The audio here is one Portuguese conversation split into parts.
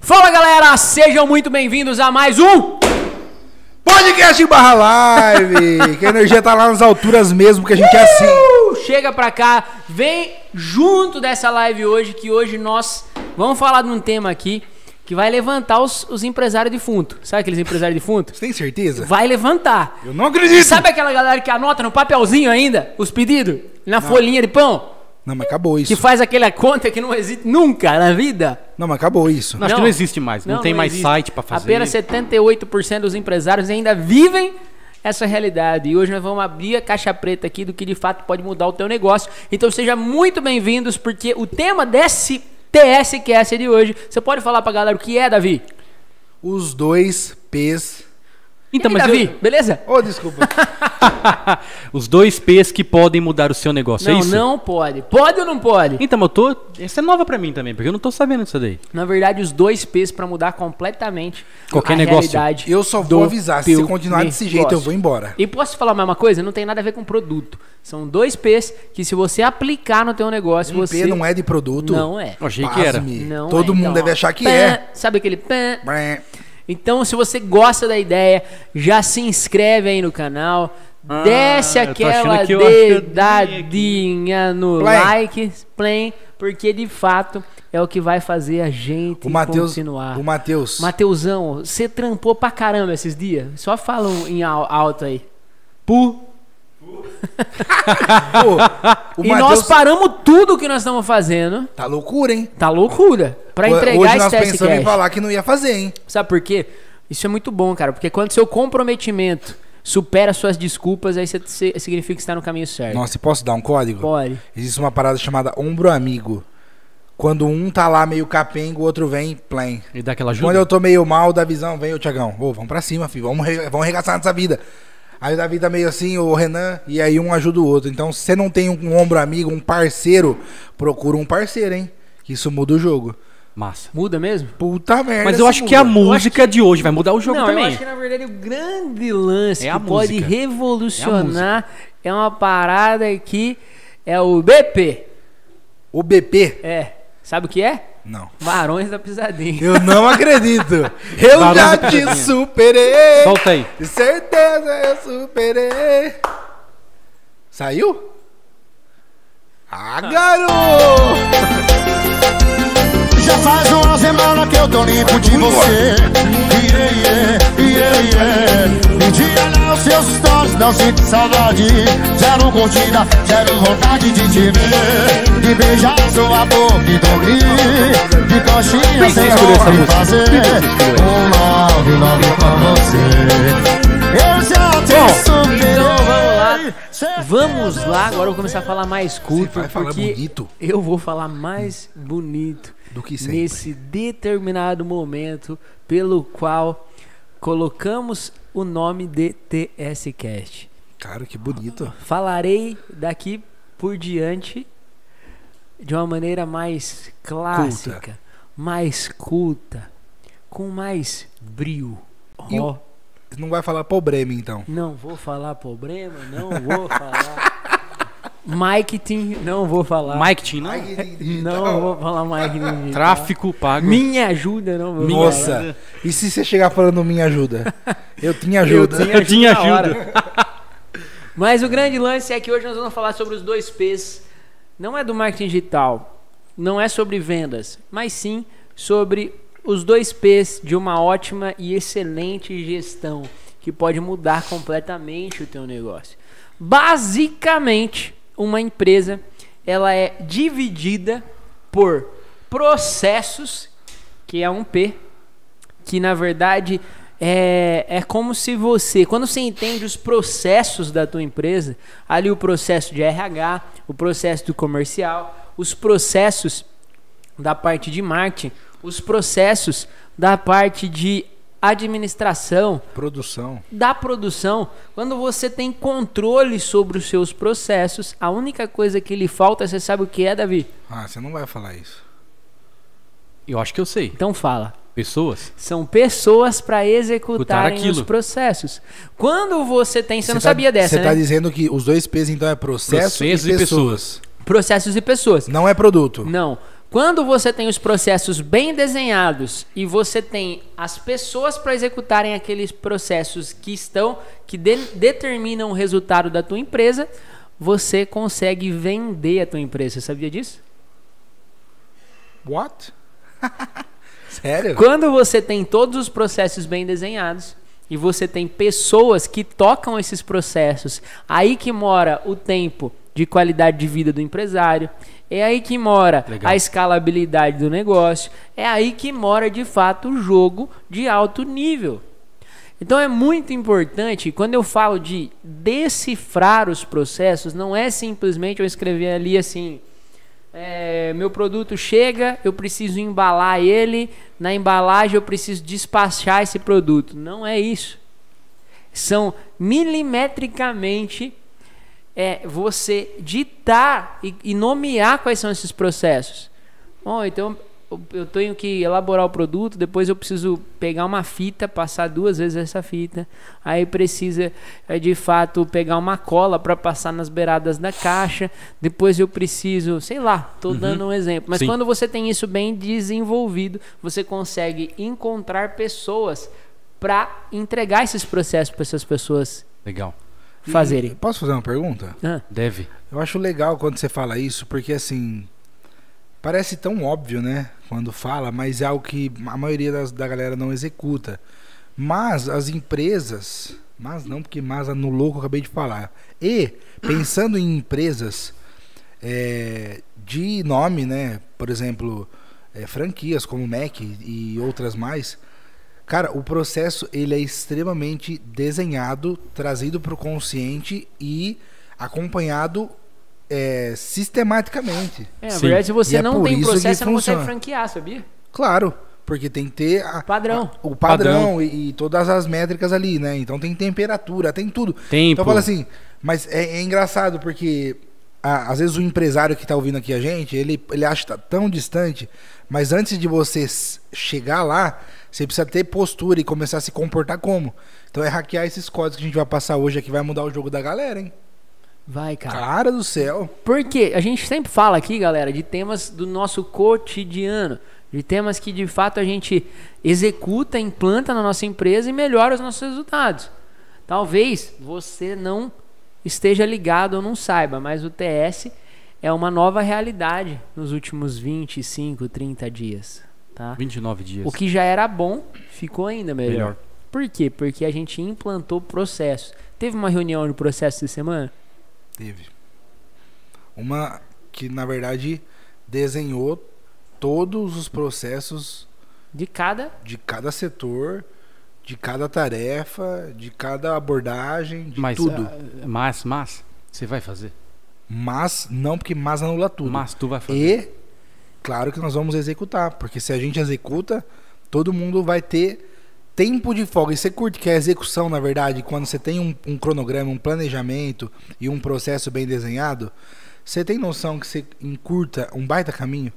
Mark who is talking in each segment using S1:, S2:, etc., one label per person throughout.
S1: Fala galera, sejam muito bem-vindos a mais um.
S2: Podcast barra live! que a energia tá lá nas alturas mesmo, que a gente é assim.
S1: Uh, Chega pra cá, vem junto dessa live hoje, que hoje nós vamos falar de um tema aqui que vai levantar os, os empresários defuntos. Sabe aqueles empresários defuntos?
S2: Você tem certeza?
S1: Vai levantar.
S2: Eu não acredito!
S1: Sabe aquela galera que anota no papelzinho ainda os pedidos? Na folhinha de pão?
S2: Não, mas acabou isso.
S1: Que faz aquela conta que não existe nunca na vida?
S2: Não, mas acabou isso.
S3: Não, acho que não existe mais, não tem mais site pra fazer.
S1: Apenas 78% dos empresários ainda vivem essa realidade. E hoje nós vamos abrir a caixa preta aqui do que de fato pode mudar o teu negócio. Então seja muito bem-vindos, porque o tema desse TSQS é de hoje, você pode falar pra galera o que é, Davi?
S2: Os dois P's.
S1: Então,
S3: mas
S1: Davi,
S3: eu-
S1: beleza?
S2: Ô, desculpa.
S3: Os dois P's que podem mudar o seu negócio, é
S1: Não,
S3: isso?
S1: não pode. Pode ou não pode?
S3: Então, mas eu tô. Essa é nova pra mim também, porque eu não tô sabendo disso daí.
S1: Na verdade, os dois P's pra mudar completamente
S3: Qualquer
S1: a
S3: negócio.
S1: realidade.
S2: Eu só vou
S1: do
S2: avisar, se você
S1: teu
S2: continuar desse jeito,
S1: negócio.
S2: eu vou embora.
S1: E posso te falar mais uma coisa? Não tem nada a ver com produto. São dois P's que se você aplicar no teu negócio,
S2: O
S1: você...
S2: P não é de produto?
S1: Não é.
S3: Eu achei que era.
S2: Pasme.
S1: Não
S2: Todo
S1: é,
S2: mundo
S1: então,
S2: deve
S1: ó.
S2: achar que
S1: Pã,
S2: é.
S1: Sabe aquele pã?
S2: Bré.
S1: Então, se você gosta da ideia, já se inscreve aí no canal.
S2: Ah,
S1: Desce
S3: eu tô
S1: aquela
S3: achando que eu achei
S1: dedadinha no
S2: Play.
S1: like, play, porque de fato é o que vai fazer a gente
S2: O Matheus.
S1: continuar.
S2: O Matheus.
S1: Mateusão, você trampou pra caramba esses dias? Só falam em al- alto aí.
S3: Pu.
S2: Pô, o
S1: e nós
S2: Matheus.
S1: paramos tudo que nós estamos fazendo.
S2: Tá loucura, hein?
S1: Tá loucura. Pra
S2: Ho-
S1: entregar
S2: Hoje
S1: esse
S2: nós
S1: teste
S2: pensamos em
S1: cash.
S2: falar que não ia fazer, hein?
S1: Sabe por quê? Isso é muito bom, cara, porque quando seu comprometimento supera suas desculpas, aí você você- significa que está no caminho certo.
S2: Nossa, e posso dar um código?
S1: Pode.
S2: Existe uma parada chamada ombro amigo. Quando um tá lá meio capengo, o outro vem plain.
S3: E dá aquela
S2: Quando
S3: ajuda.
S2: eu tô meio mal da visão, vem o Tiagão. Ô, vamos pra cima, filho. Vamos, re- vamos arregaçar nessa vida. Aí o Davi tá meio assim, o Renan, e aí um ajuda o outro. Então, se você não tem um, um ombro amigo, um parceiro, procura um parceiro, hein? Que isso muda o jogo.
S3: Massa.
S1: Muda mesmo?
S2: Puta merda.
S3: Mas
S2: isso
S3: eu acho que é a
S2: muda.
S3: música de hoje vai mudar o jogo
S1: Não, eu
S3: também.
S1: acho que na verdade o grande lance
S3: É a
S1: que pode
S3: música.
S1: revolucionar é, uma parada que é o BP.
S2: O BP?
S1: É. Sabe o que é?
S2: Não.
S1: Varões da Pisadinha.
S2: Eu não acredito. Eu
S3: Barulho
S2: já
S3: da
S2: te
S3: pisadinha.
S2: superei.
S3: Solta aí.
S2: De certeza eu superei. Saiu? Ah, garoto!
S4: Já faz uma semana que eu tô limpo de você. Iê, iê, iê, iê. Um dia lá os seus stories, não sinto saudade. Zero curtida, zero vontade de te ver. De beijar sua boca e dormir. De coxinha sem
S3: escolher essa
S4: amor e
S3: música?
S4: fazer. Um nove, nove pra você. Eu já te
S1: Então vamos lá.
S4: superei.
S1: Vamos lá, agora eu vou começar a falar mais curto.
S2: Você vai falar
S1: porque
S2: bonito?
S1: Eu vou falar mais bonito
S2: Do que sempre.
S1: nesse determinado momento pelo qual colocamos o nome de TSCast.
S2: Cara, que bonito.
S1: Falarei daqui por diante de uma maneira mais clássica, mais culta, com mais brio.
S2: E o-
S1: Ó,
S2: Você não vai falar pro Bremen, então.
S1: não vou falar problema, não vou falar. Marketing, não vou falar.
S3: Mike Tina.
S1: Não vou falar marketing.
S3: Tráfico pago.
S1: Minha ajuda, não vou falar.
S2: Nossa, e se você chegar falando minha ajuda? Eu tinha
S1: Eu
S2: ajuda.
S1: tinha ajuda.
S3: Tinha
S1: na hora.
S3: ajuda.
S1: Mas o grande lance é que hoje nós vamos falar sobre os dois P's. Não é do marketing digital, não é sobre vendas, mas sim sobre os dois P's de uma ótima e excelente gestão que pode mudar completamente o teu negócio. Basicamente, uma empresa ela é dividida por processos, que é um P, que na verdade é, é como se você, quando você entende os processos da tua empresa, ali o processo de RH, o processo do comercial, os processos da parte de marketing, os processos da parte de administração,
S2: Produção.
S1: da produção, quando você tem controle sobre os seus processos, a única coisa que lhe falta, você sabe o que é, Davi?
S2: Ah, você não vai falar isso.
S3: Eu acho que eu sei.
S1: Então fala.
S3: Pessoas.
S1: São pessoas para executarem
S3: aquilo.
S1: os processos. Quando você tem, você, não
S2: tá-
S1: sabia dessa,
S2: Você
S1: né?
S2: tá dizendo que os dois P's, então, é processo,
S3: Processos
S2: e
S3: e
S2: pessoas.
S3: pessoas.
S1: Processos e pessoas.
S2: Não é produto.
S1: Não. Quando você tem os processos bem desenhados e você tem as pessoas para executarem aqueles processos que estão que de- determinam o resultado da tua empresa, você consegue vender a tua empresa. Você sabia disso?
S2: What? Sério?
S1: Quando você tem todos os processos bem desenhados e você tem pessoas que tocam esses processos, aí que mora o tempo de qualidade de vida do empresário, é aí que mora
S3: Legal.
S1: a escalabilidade do negócio, é aí que mora de fato o jogo de alto nível. Então é muito importante, quando eu falo de decifrar os processos, não é simplesmente eu escrever ali assim, é, meu produto chega, eu preciso embalar ele, na embalagem eu preciso despachar esse produto. Não é isso. São milimetricamente é, você ditar e, e nomear quais são esses processos. Bom, então eu- eu tenho que elaborar o produto, depois eu preciso pegar uma fita, passar duas vezes essa fita, aí precisa é, de fato pegar uma cola para passar nas beiradas da caixa, depois eu preciso, sei lá, tô dando um exemplo, mas
S3: Sim.
S1: quando você tem isso bem desenvolvido, você consegue encontrar pessoas para entregar esses processos para essas pessoas
S3: Legal.
S1: fazerem.
S2: Posso fazer uma pergunta?
S1: Ah,
S3: Deve.
S2: Eu acho legal quando você fala isso, porque assim. Parece tão óbvio, né? Quando fala, mas é algo que a maioria das- da galera não executa. Mas as empresas. Mas não, porque mas anulou o que eu acabei de falar. E, pensando em empresas é, de nome, né? Por exemplo, é, franquias como Mac e outras mais. Cara, o processo ele é extremamente desenhado, trazido para o consciente e acompanhado é, sistematicamente.
S1: É, na
S3: Sim.
S1: verdade, se você
S2: E é
S1: não
S2: por
S1: tem
S2: isso
S1: processo,
S2: que
S1: você não consegue
S2: funciona.
S1: franquear, sabia?
S2: Claro, porque tem que ter a-
S1: Padrão.
S2: a- o padrão,
S3: Padrão.
S2: E, e todas as métricas ali, né? Então tem temperatura, tem tudo.
S3: Tempo.
S2: Então fala assim, mas é, é engraçado porque a- às vezes o empresário que tá ouvindo aqui a gente, ele, ele acha que tá tão distante, mas antes de você s- chegar lá, você precisa ter postura e começar a se comportar como. Então é hackear esses códigos que a gente vai passar hoje aqui, vai mudar o jogo da galera, hein?
S1: Vai,
S3: Tá.
S1: cara.
S2: Cara do céu.
S1: Porque a gente sempre fala aqui, galera, de temas do nosso cotidiano, de temas que de fato a gente executa, implanta na nossa empresa e melhora os nossos resultados. Talvez você não esteja ligado ou não saiba, mas o TS é uma nova realidade nos últimos 25, 30 dias, tá?
S3: 29 dias.
S1: O que já era bom ficou ainda melhor.
S3: Melhor.
S1: Por quê? Porque a gente implantou processos. Teve uma reunião de processo essa semana?
S2: Teve. Uma que, na verdade, desenhou todos os processos
S1: De cada.
S2: de cada setor, de cada tarefa, de cada abordagem, de
S3: Mas,
S2: tudo.
S3: ah, mas, mas, você vai fazer.
S2: Mas, não, porque mas anula tudo.
S3: Mas tu vai fazer.
S2: E, claro que nós vamos executar, porque se a gente executa, todo mundo vai ter tempo de folga. E você curte que a execução, na verdade, quando você tem um, um cronograma, um planejamento e um processo bem desenhado, você tem noção que você encurta um baita caminho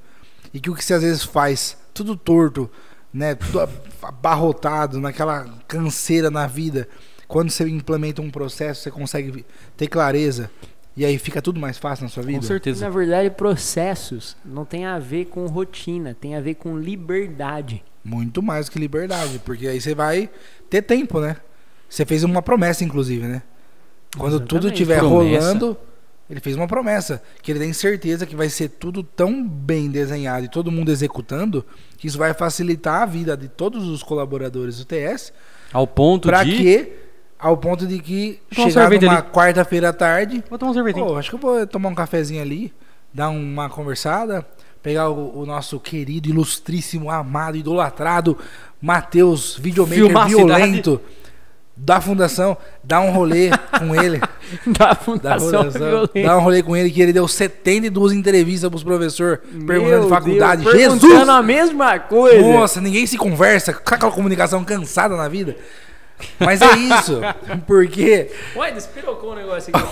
S2: e que o que você às vezes faz, tudo torto, né, tudo ab- abarrotado, naquela canseira na vida, quando você implementa um processo, você consegue ter clareza e aí fica tudo mais fácil na sua vida?
S3: Com certeza.
S1: Na verdade, processos não tem a ver com rotina, tem a ver com liberdade.
S2: Muito mais que liberdade, porque aí você vai ter tempo, né? Você fez uma promessa, inclusive, né? Quando tudo
S1: Exatamente.
S2: estiver
S3: Promessa.
S2: rolando, ele fez uma promessa. Que ele tem certeza que vai ser tudo tão bem desenhado e todo mundo executando, que isso vai facilitar a vida de todos os colaboradores do TS.
S3: Ao ponto
S2: Pra
S3: de.
S2: que, ao ponto de que
S3: Toma um
S2: chegar
S3: sorvete
S2: numa
S3: ali.
S2: quarta-feira à tarde,
S3: Vou tomar um sorvetinho.
S2: Pô, acho que eu vou tomar um cafezinho ali, dar uma conversada, pegar o, o nosso querido, ilustríssimo, amado, idolatrado Matheus, videomaker
S3: Filmar a
S2: violento da fundação, dar um rolê com ele.
S1: Da
S2: Da
S1: Fundação
S2: fundação,
S1: Violenta.
S2: dar um rolê com ele, que ele deu 72 entrevistas pros professores perguntando
S1: Meu
S2: faculdade.
S1: Deus,
S2: Jesus!
S1: Perguntando a mesma coisa.
S2: Nossa, ninguém se conversa, com aquela comunicação cansada na vida. Mas é isso, porque
S1: Ué, despirocou o negócio aqui.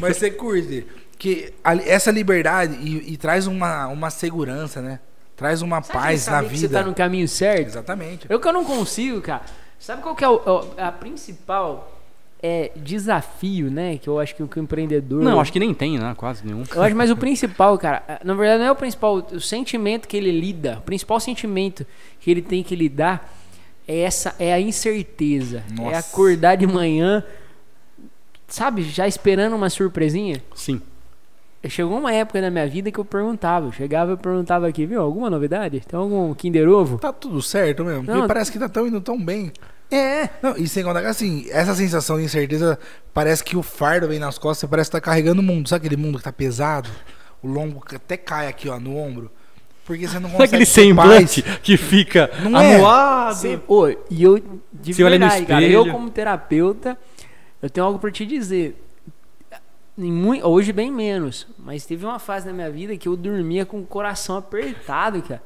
S2: Mas você curte que a- essa liberdade e, e traz uma, uma segurança, né? Traz uma
S1: Sabe
S2: paz
S1: saber
S2: na
S1: que Você
S2: vida.
S1: tá no caminho certo?
S2: Exatamente.
S1: é Eu que eu não consigo, cara. Sabe qual que é o- o- a principal é, desafio, né? Que eu acho que o que o empreendedor.
S3: Não, acho que nem tem, né? Quase nenhum.
S1: Eu acho, mas o principal, cara, na verdade não é o principal, o sentimento que ele lida, o principal sentimento que ele tem que lidar é essa, é a incerteza, é
S2: Nossa.
S1: acordar de manhã, sabe, já esperando uma surpresinha.
S3: Sim.
S1: Chegou uma época na minha vida que eu perguntava, eu chegava e perguntava aqui, viu, alguma novidade? Tem algum Kinder Ovo?
S2: Tá tudo certo mesmo.
S1: Não,
S2: porque parece que tá tão indo tão bem. É. Não, e sem contar que assim, essa sensação de incerteza parece que o fardo vem nas costas, você parece que tá carregando o mundo. Sabe aquele mundo que tá pesado? O lombo que até cai aqui, ó, no ombro. Porque você não
S3: Não é
S2: consegue.
S3: aquele
S2: ter
S3: semblante
S2: paz.
S3: que fica
S2: Não é.
S3: anuado.
S1: Você, ô, e eu, de
S3: Você olha no
S1: verdade, cara, eu
S3: espelho.
S1: como terapeuta, eu tenho algo pra te dizer. Em mui- hoje bem menos, mas teve uma fase na minha vida que eu dormia com o coração apertado, cara.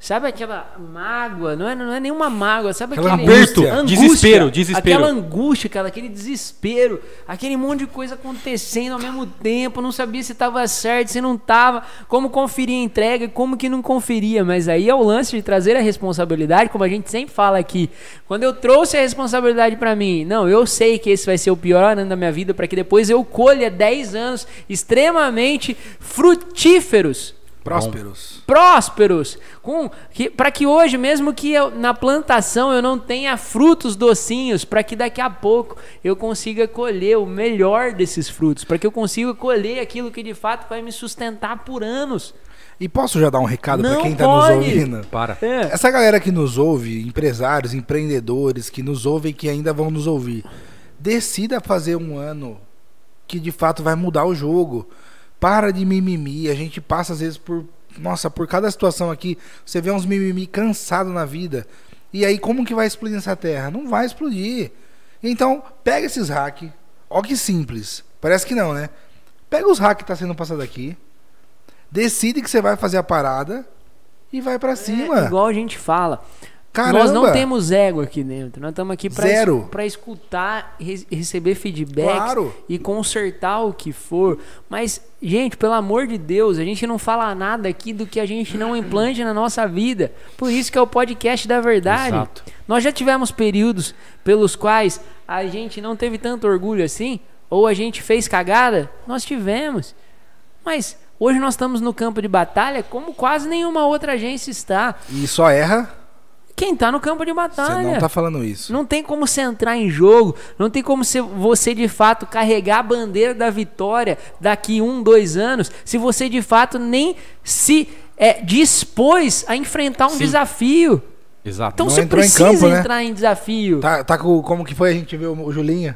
S1: Sabe aquela mágoa? Não é, não é nenhuma mágoa, sabe
S2: Aquela
S1: aquela
S2: angústia.
S3: Desespero, desespero.
S1: Aquela angústia, cara, aquele desespero, aquele monte de coisa acontecendo ao mesmo tempo, não sabia se tava certo, se não tava, como conferir a entrega, e como que não conferia, mas aí é o lance de trazer a responsabilidade, como a gente sempre fala aqui. Quando eu trouxe a responsabilidade pra mim, não, eu sei que esse vai ser o pior ano da minha vida pra que depois eu colha 10 anos extremamente frutíferos
S2: Prósperos.
S1: prósperos, com que, para que hoje mesmo que eu, na plantação eu não tenha frutos docinhos, para que daqui a pouco eu consiga colher o melhor desses frutos, para que eu consiga colher aquilo que de fato vai me sustentar por anos.
S2: E posso já dar um recado pra
S1: Não
S2: quem tá
S1: pode.
S2: nos ouvindo?
S3: Para.
S1: É.
S2: Essa galera que nos ouve, empresários, empreendedores que nos ouvem e que ainda vão nos ouvir, decida fazer um ano que de fato vai mudar o jogo. Para de mimimi, a gente passa às vezes por, nossa, por cada situação aqui, você vê uns mimimi cansado na vida. E aí como que vai explodir essa terra? Não vai explodir. Então, pega esses hacks. Ó que simples. Parece que não, né? Pega os hacks que tá sendo passado aqui. Decide que você vai fazer a parada e vai para cima.
S1: É, igual a gente fala.
S2: Caramba.
S1: Nós não temos ego aqui dentro. Nós estamos aqui pra
S2: Zero.
S1: para escutar, re- receber feedback
S2: Claro.
S1: e consertar o que for. Mas, gente, pelo amor de Deus, a gente não fala nada aqui do que a gente não implante na nossa vida. Por isso que é o podcast da verdade.
S3: Exato.
S1: Nós já tivemos períodos pelos quais a gente não teve tanto orgulho assim, ou a gente fez cagada. Nós tivemos. Mas hoje nós estamos no campo de batalha como quase nenhuma outra agência está.
S2: E só erra,
S1: Quem tá no campo de
S2: você
S1: batalha.
S2: não tá falando isso.
S1: Não tem como você entrar em jogo, não tem como você, você de fato carregar a bandeira da vitória daqui um, dois anos, se você de fato nem se é, dispôs a enfrentar um desafio.
S3: Exato.
S1: Então
S2: Não
S1: você
S2: entrou em
S1: precisa
S2: campo, né?
S1: entrar em desafio.
S2: Tá, tá com, como que foi a gente viu o Julinho?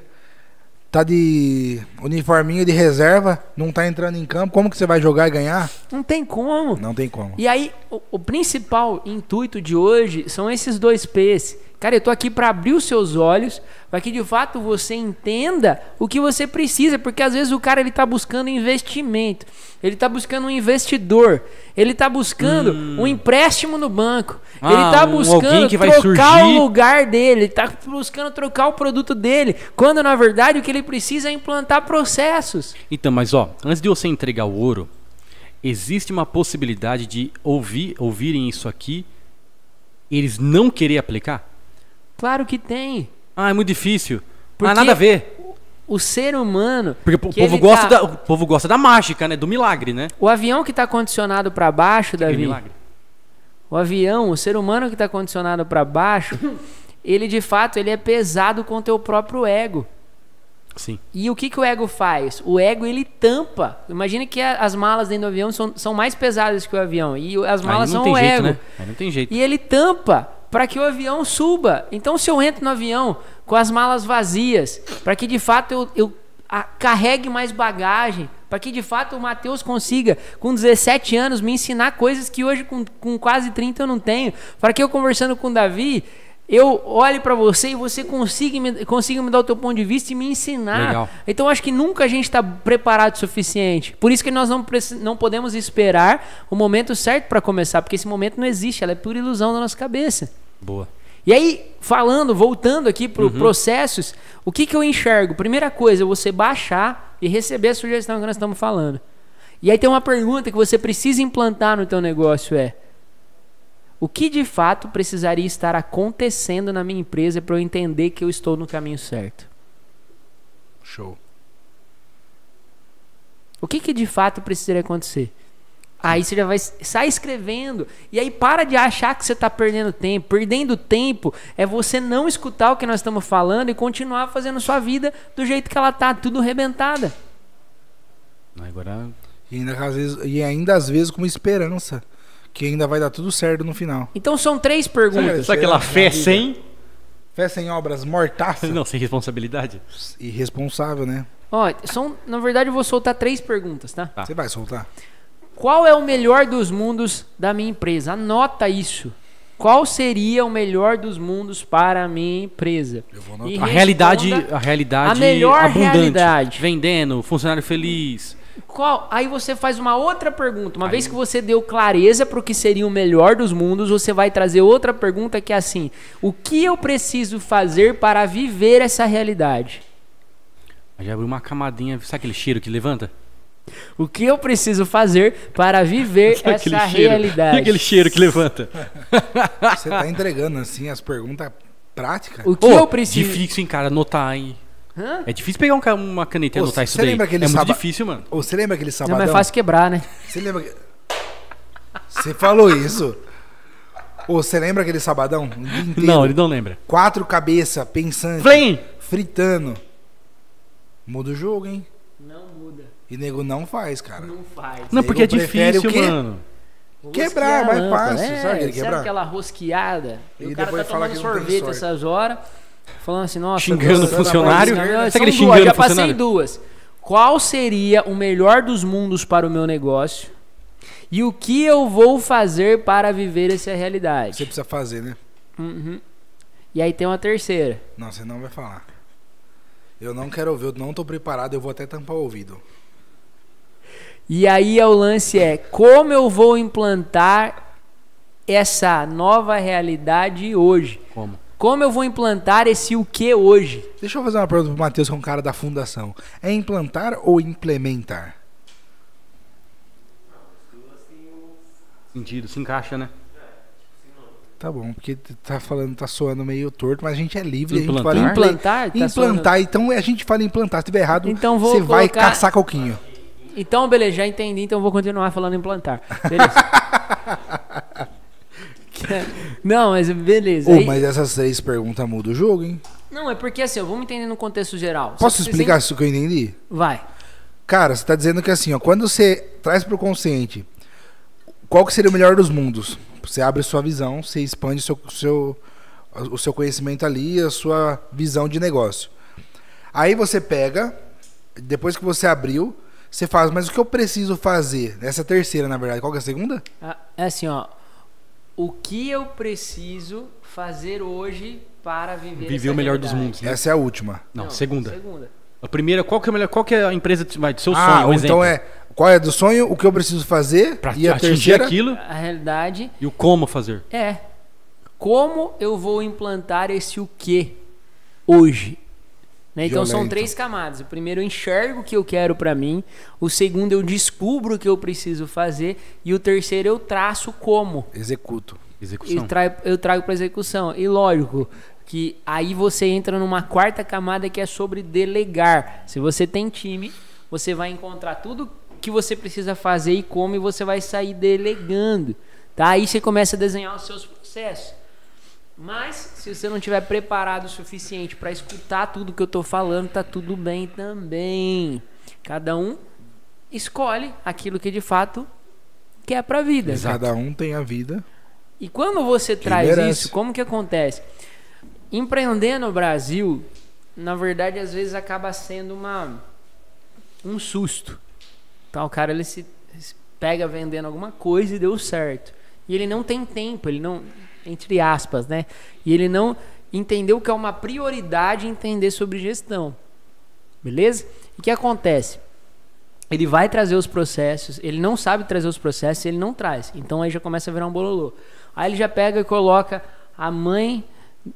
S2: Tá de uniforminho de reserva, não tá entrando em campo. Como que você vai jogar e ganhar?
S1: Não tem como.
S2: Não tem como.
S1: E aí, o, o principal intuito de hoje são esses dois P's. Cara, eu tô aqui para abrir os seus olhos, para que de fato você entenda o que você precisa, porque às vezes o cara ele tá buscando investimento, ele tá buscando um investidor, ele tá buscando um empréstimo no banco,
S3: Hum. Ah,
S1: ele tá
S3: um-
S1: buscando
S3: alguém que vai
S1: trocar o
S3: surgir.
S1: lugar dele, ele tá buscando trocar o produto dele, quando na verdade o que ele precisa é implantar processos.
S3: Então, mas ó, antes de você entregar o ouro, existe uma possibilidade de ouvir, ouvirem isso aqui, eles não querer aplicar?
S1: Claro que tem.
S3: Ah, é muito difícil.
S1: Porque-
S3: Ah, nada a ver.
S1: O ser humano
S3: Porque o
S1: que
S3: povo
S1: ele
S3: gosta
S1: tá-
S3: da, o povo gosta da mágica, né? Do milagre, né?
S1: O avião que está condicionado para baixo,
S3: Aquele
S1: Davi.
S3: milagre.
S1: O avião, o ser humano que está condicionado para baixo, ele de fato ele é pesado com o teu próprio ego.
S3: Sim.
S1: E o que, que o ego faz? O ego ele tampa. Imagina que a- as malas dentro do avião são, são mais pesadas que o avião. E o- as
S3: Aí não
S1: malas são
S3: tem
S1: o
S3: jeito,
S1: ego.
S3: né? Aí não tem jeito.
S1: E ele tampa para que o avião suba. Então, se eu entro no avião com as malas vazias, para que de fato eu, eu a- carregue mais bagagem, para que de fato o Matheus consiga, com 17 anos, me ensinar coisas que hoje, com, com quase 30, eu não tenho, para que eu conversando com o Davi. Eu olhe para você e você consiga me, consiga me dar o teu ponto de vista e me ensinar.
S3: Legal.
S1: Então acho que nunca a gente está preparado o suficiente. Por isso que nós não, preci- não podemos esperar o momento certo para começar, porque esse momento não existe, ela é pura ilusão da nossa cabeça.
S3: Boa.
S1: E aí, falando, voltando aqui para processos, o que, que eu enxergo? Primeira coisa, é você baixar e receber a sugestão que nós estamos falando. E aí tem uma pergunta que você precisa implantar no teu negócio é: o que de fato precisaria estar acontecendo na minha empresa para eu entender que eu estou no caminho certo?
S2: Show.
S1: O que, que de fato precisaria acontecer? Aí você já vai sai escrevendo e aí para de achar que você está perdendo tempo. Perdendo tempo é você não escutar o que nós estamos falando e continuar fazendo sua vida do jeito que ela tá, tudo rebentada.
S3: Agora,
S2: E ainda, às vezes, e ainda às vezes com esperança. Que ainda vai dar tudo certo no final.
S1: Então são três perguntas.
S2: Sério?
S3: sabe aquela
S2: sei lá,
S3: fé
S2: na vida.
S3: sem?
S2: Fé sem obras, mortaça.
S3: Não, sem responsabilidade?
S2: Irresponsável, né?
S1: Ó, são, na verdade eu vou soltar três perguntas, tá?
S3: Tá.
S2: Você vai soltar?
S1: Qual é o melhor dos mundos da minha empresa? Anota isso. Qual seria o melhor dos mundos para a minha empresa?
S2: Eu vou
S1: E
S2: anotar.
S3: A realidade,
S1: responda
S3: a realidade
S1: a melhor
S3: abundante.
S1: realidade.
S3: Vendendo, funcionário feliz.
S1: Qual? Aí você faz uma outra pergunta. Uma vez que você deu clareza para o que seria o melhor dos mundos, você vai trazer outra pergunta que é assim: o que eu preciso fazer para viver essa realidade?
S3: Aí Já abriu uma camadinha, sabe aquele cheiro que levanta?
S1: O que eu preciso fazer para viver
S3: Sabe
S1: essa é
S3: cheiro?
S1: realidade?
S3: E aquele cheiro que levanta?
S2: Você tá entregando, assim, as perguntas práticas.
S1: O que
S3: Ô,
S1: eu preciso?
S3: Difícil, hein, cara, anotar, hein?
S1: Hã?
S3: É difícil pegar um ca- uma caneta e
S2: Ô,
S3: anotar isso
S2: cê
S3: daí.
S2: lembra aquele
S3: é muito
S2: saba-
S3: difícil, mano.
S2: Ô, Você lembra aquele
S1: Não,
S2: sabadão?
S1: mas fácil quebrar, né?
S2: Você lembra que... Você falou isso? Ô, Você lembra aquele sabadão? O dia inteiro.
S3: Não, ele não lembra.
S2: Quatro cabeça, pensante,
S3: Flame!
S2: fritando. Muda o jogo, hein?
S1: Não muda,
S2: E nego não faz, cara.
S1: não faz.
S3: Não, porque é
S2: Nego prefere
S3: difícil,
S2: o quê?
S3: mano.
S1: Rosquear
S2: Quebrar,
S1: a
S2: mais
S1: lâmpada.
S2: fácil,
S1: É,
S2: sabe aquele quebrar?
S1: aquela rosqueada? E,
S2: E
S1: o cara tá
S2: depois fala
S1: tomando
S2: que não tem
S1: sorvete
S2: sorte.
S1: essas horas, falando assim, nossa...
S3: Xingando
S1: nossa,
S3: o funcionário.
S1: nossa,
S3: Sabe
S1: são
S3: aquele
S1: duas,
S3: xingando
S1: Já
S3: o
S1: passei
S3: funcionário?
S1: duas. Qual seria o melhor dos mundos para o meu negócio? E o que eu vou fazer para viver essa
S2: Você
S1: realidade?
S2: precisa fazer, né?
S1: Uhum. E aí tem uma terceira.
S2: Não, você não vai falar. Eu não quero ouvir, eu não tô preparado, eu vou até tampar o ouvido.
S1: E aí é o lance é como eu vou implantar essa nova realidade hoje?
S3: Como?
S1: Como eu vou implantar esse o que hoje?
S2: Deixa eu fazer uma pergunta pro Matheus, que é um cara da fundação. É implantar ou implementar?
S3: Sentido, se encaixa, né?
S2: Tá bom, porque t- tá falando, tá soando meio torto, mas a gente é livre, a gente fala
S3: Implantar?
S2: imple-
S1: Implantar? Tá
S2: implantar, então a gente fala implantar. Se tiver errado,
S1: Então vou
S2: você vai
S1: colocar-
S2: caçar coquinho.
S1: Então, beleza, já entendi, então vou continuar falando em plantar. Beleza. Não, mas beleza.
S2: Ô,
S1: Aí-
S2: mas essas três perguntas mudam o jogo, hein?
S1: Não, é porque assim, ó, vamos entender no contexto geral. Só
S2: Posso
S1: que vocês
S2: explicar isso que eu entendi?
S1: nem- Vai.
S2: Cara, você tá dizendo que assim, ó, quando você traz pro consciente, qual que seria o melhor dos mundos? Você abre sua visão, você expande seu, seu, o seu conhecimento ali, a sua visão de negócio. Aí você pega, depois que você abriu, você faz, mas o que eu preciso fazer? Essa é a terceira, na verdade. Qual que é a segunda?
S1: Ah, É assim, ó. O que eu preciso fazer hoje para viver
S3: Viver
S1: essa
S3: o melhor dos
S1: realidade?
S3: mundos. Né?
S2: Essa é a última.
S3: Não, segunda.
S1: Segunda.
S3: A primeira, qual que é a melhor? Qual que é a empresa do- vai, do seu
S2: ah,
S3: sonho? Um
S2: ou então
S3: exemplo.
S2: é qual é do sonho, o que eu preciso fazer?
S3: Pra
S2: e a
S3: atingir
S2: terceira?
S3: aquilo
S1: A realidade
S3: e o como fazer.
S1: É. Como eu vou implantar esse o que hoje? Né? Então são
S2: Violento.
S1: três camadas. O primeiro eu enxergo o que eu quero pra mim, o segundo eu descubro o que eu preciso fazer e o terceiro eu traço como.
S2: Executo.
S1: E
S3: Execução.
S1: trai- eu trago pra execução. E lógico que aí você entra numa quarta camada que é sobre delegar. Se você tem time, você vai encontrar tudo que você precisa fazer e como e você vai sair delegando, tá? Aí você começa a desenhar os seus processos. Mas se você não tiver preparado o suficiente pra escutar tudo que eu tô falando, tá tudo bem também. Cada um escolhe aquilo que de fato quer pra vida.
S2: Cada um tem a vida.
S1: E quando você traz
S2: merece.
S1: isso, como que acontece? Empreender no Brasil, na verdade, às vezes acaba sendo uma um susto. Então o cara ele se, se pega vendendo alguma coisa e deu certo. E ele não tem tempo, ele não entre aspas, né? E ele não entendeu que é uma prioridade entender sobre gestão. Beleza? E o que acontece? Ele vai trazer os processos, ele não sabe trazer os processos, ele não traz. Então aí já começa a virar um bololô. Aí ele já pega e coloca a mãe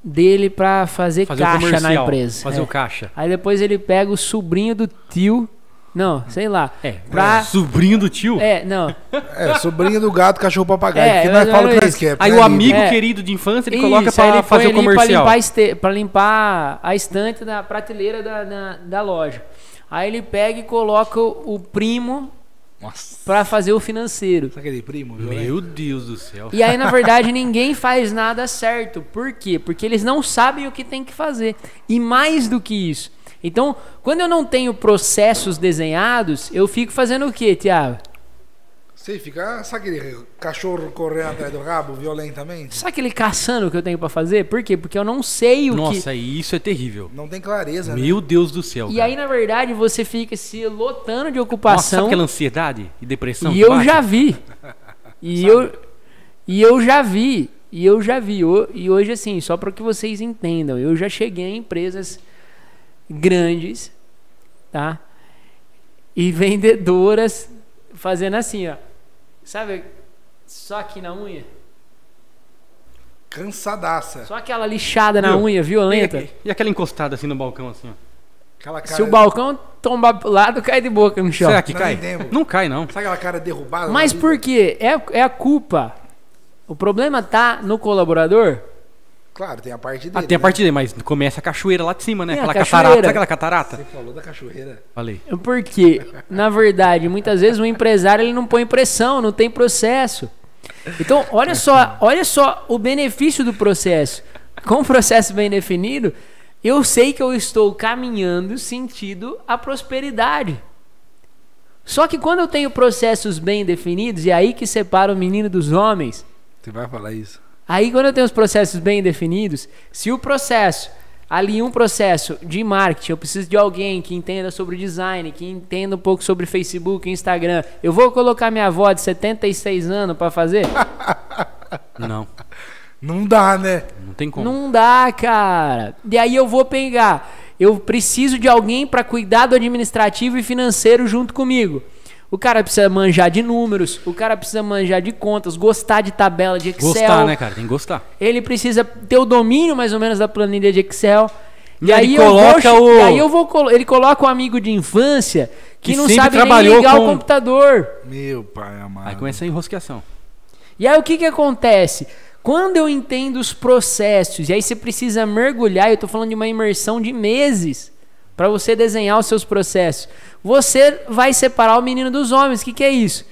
S1: dele pra fazer,
S3: Fazer o
S1: caixa na
S3: comercial,
S1: empresa.
S3: Fazer
S1: É.
S3: o caixa.
S1: Aí depois ele pega o sobrinho do tio Não, sei lá.
S3: É,
S1: pra...
S3: sobrinho do tio.
S1: É, não.
S2: É, sobrinho do gato, cachorro papagaio.
S1: É,
S2: porque nós
S1: eu-
S2: falamos
S1: eu-
S2: que nós quer.
S3: Aí
S2: né,
S3: o
S2: Lívia?
S3: amigo
S1: É.
S3: querido de infância, ele coloca
S1: Isso, aí
S3: pra
S1: ele
S3: fazer
S1: põe
S3: o
S1: ali
S3: comercial.
S1: Pra limpar, este- pra limpar a estante da prateleira da, da, da loja. Aí ele pega e coloca o, o primo
S2: Nossa.
S1: pra fazer o financeiro.
S2: Sabe aquele primo? violento?
S3: Meu Deus do céu.
S1: E aí, na verdade, ninguém faz nada certo. Por quê? Porque eles não sabem o que tem que fazer. E mais do que isso. Então, quando eu não tenho processos desenhados, eu fico fazendo o quê, Tiago?
S2: Sei, fica. ah, Sabe aquele cachorro correndo atrás do rabo violentamente?
S1: Sabe aquele caçando que eu tenho pra fazer? Por quê? Porque eu não sei o que.
S3: Nossa, e isso é terrível.
S2: Não tem clareza, né?
S3: Meu Deus do céu.
S1: E
S3: cara.
S1: aí, na verdade, você fica se lotando de
S3: Nossa, sabe
S1: ocupação.
S3: aquela ansiedade e depressão?
S1: e
S3: que
S1: eu
S3: bate?
S1: já vi. E eu, e eu já vi. E eu já vi. O- E hoje, assim, só para que vocês entendam, eu já cheguei em empresas grandes, tá? E vendedoras fazendo assim, ó. Sabe? Só aqui na unha?
S2: Cansadaça.
S1: Só aquela lixada na
S3: Viu?
S1: unha violenta.
S3: E, e aquela encostada assim no balcão, assim, ó.
S2: Aquela cara.
S1: Se o balcão tombar pro lado, cai de boca no chão.
S3: Será que
S2: Não
S3: cai?
S2: entendo.
S3: Não cai, não.
S2: Sabe aquela cara derrubada?
S1: Mas por quê? É, é a culpa. O problema tá no colaborador?
S2: Claro, tem a parte dele.
S3: Ah, tem a
S2: né?
S3: parte dele, mas começa a cachoeira lá de cima, né?
S1: É, a
S3: Aquela
S1: cachoeira.
S3: catarata. Sabe aquela catarata?
S2: Você falou da cachoeira.
S3: Falei.
S1: Porque, na verdade, muitas vezes o empresário ele não põe pressão, não tem processo. Então, olha só, olha só o benefício do processo. Com o processo bem definido, eu sei que eu estou caminhando sentido à prosperidade. Só que quando eu tenho processos bem definidos, e é aí que separa o menino dos homens,
S2: Você vai falar isso.
S1: Aí quando eu tenho os processos bem definidos, se o processo, ali um processo de marketing, eu preciso de alguém que entenda sobre design, que entenda um pouco sobre Facebook, Instagram. Eu vou colocar minha avó de 76 anos pra fazer?
S3: Não,
S2: Não dá, né?
S3: não tem como.
S1: Não dá, cara. E aí eu vou pegar. Eu preciso de alguém pra cuidar do administrativo e financeiro junto comigo. O cara precisa manjar de números, o cara precisa manjar de contas, gostar de tabela de Excel.
S3: Gostar, né, cara? Tem que gostar.
S1: Ele precisa ter o domínio mais ou menos da planilha de Excel. E
S3: Ele
S1: aí, eu
S3: coloca
S1: vou,
S3: o-
S1: e aí eu vou colo- ele coloca um amigo de infância que,
S3: Que
S1: não
S3: sempre
S1: sabe nem
S3: trabalhou
S1: ligar
S3: com-
S1: o computador.
S2: Meu pai amado.
S3: Aí começa a enrosqueação.
S1: E aí o que que acontece? Quando eu entendo os processos, e aí você precisa mergulhar, eu tô falando de uma imersão de meses para você desenhar os seus processos. Você vai separar o menino dos homens. O que que é isso?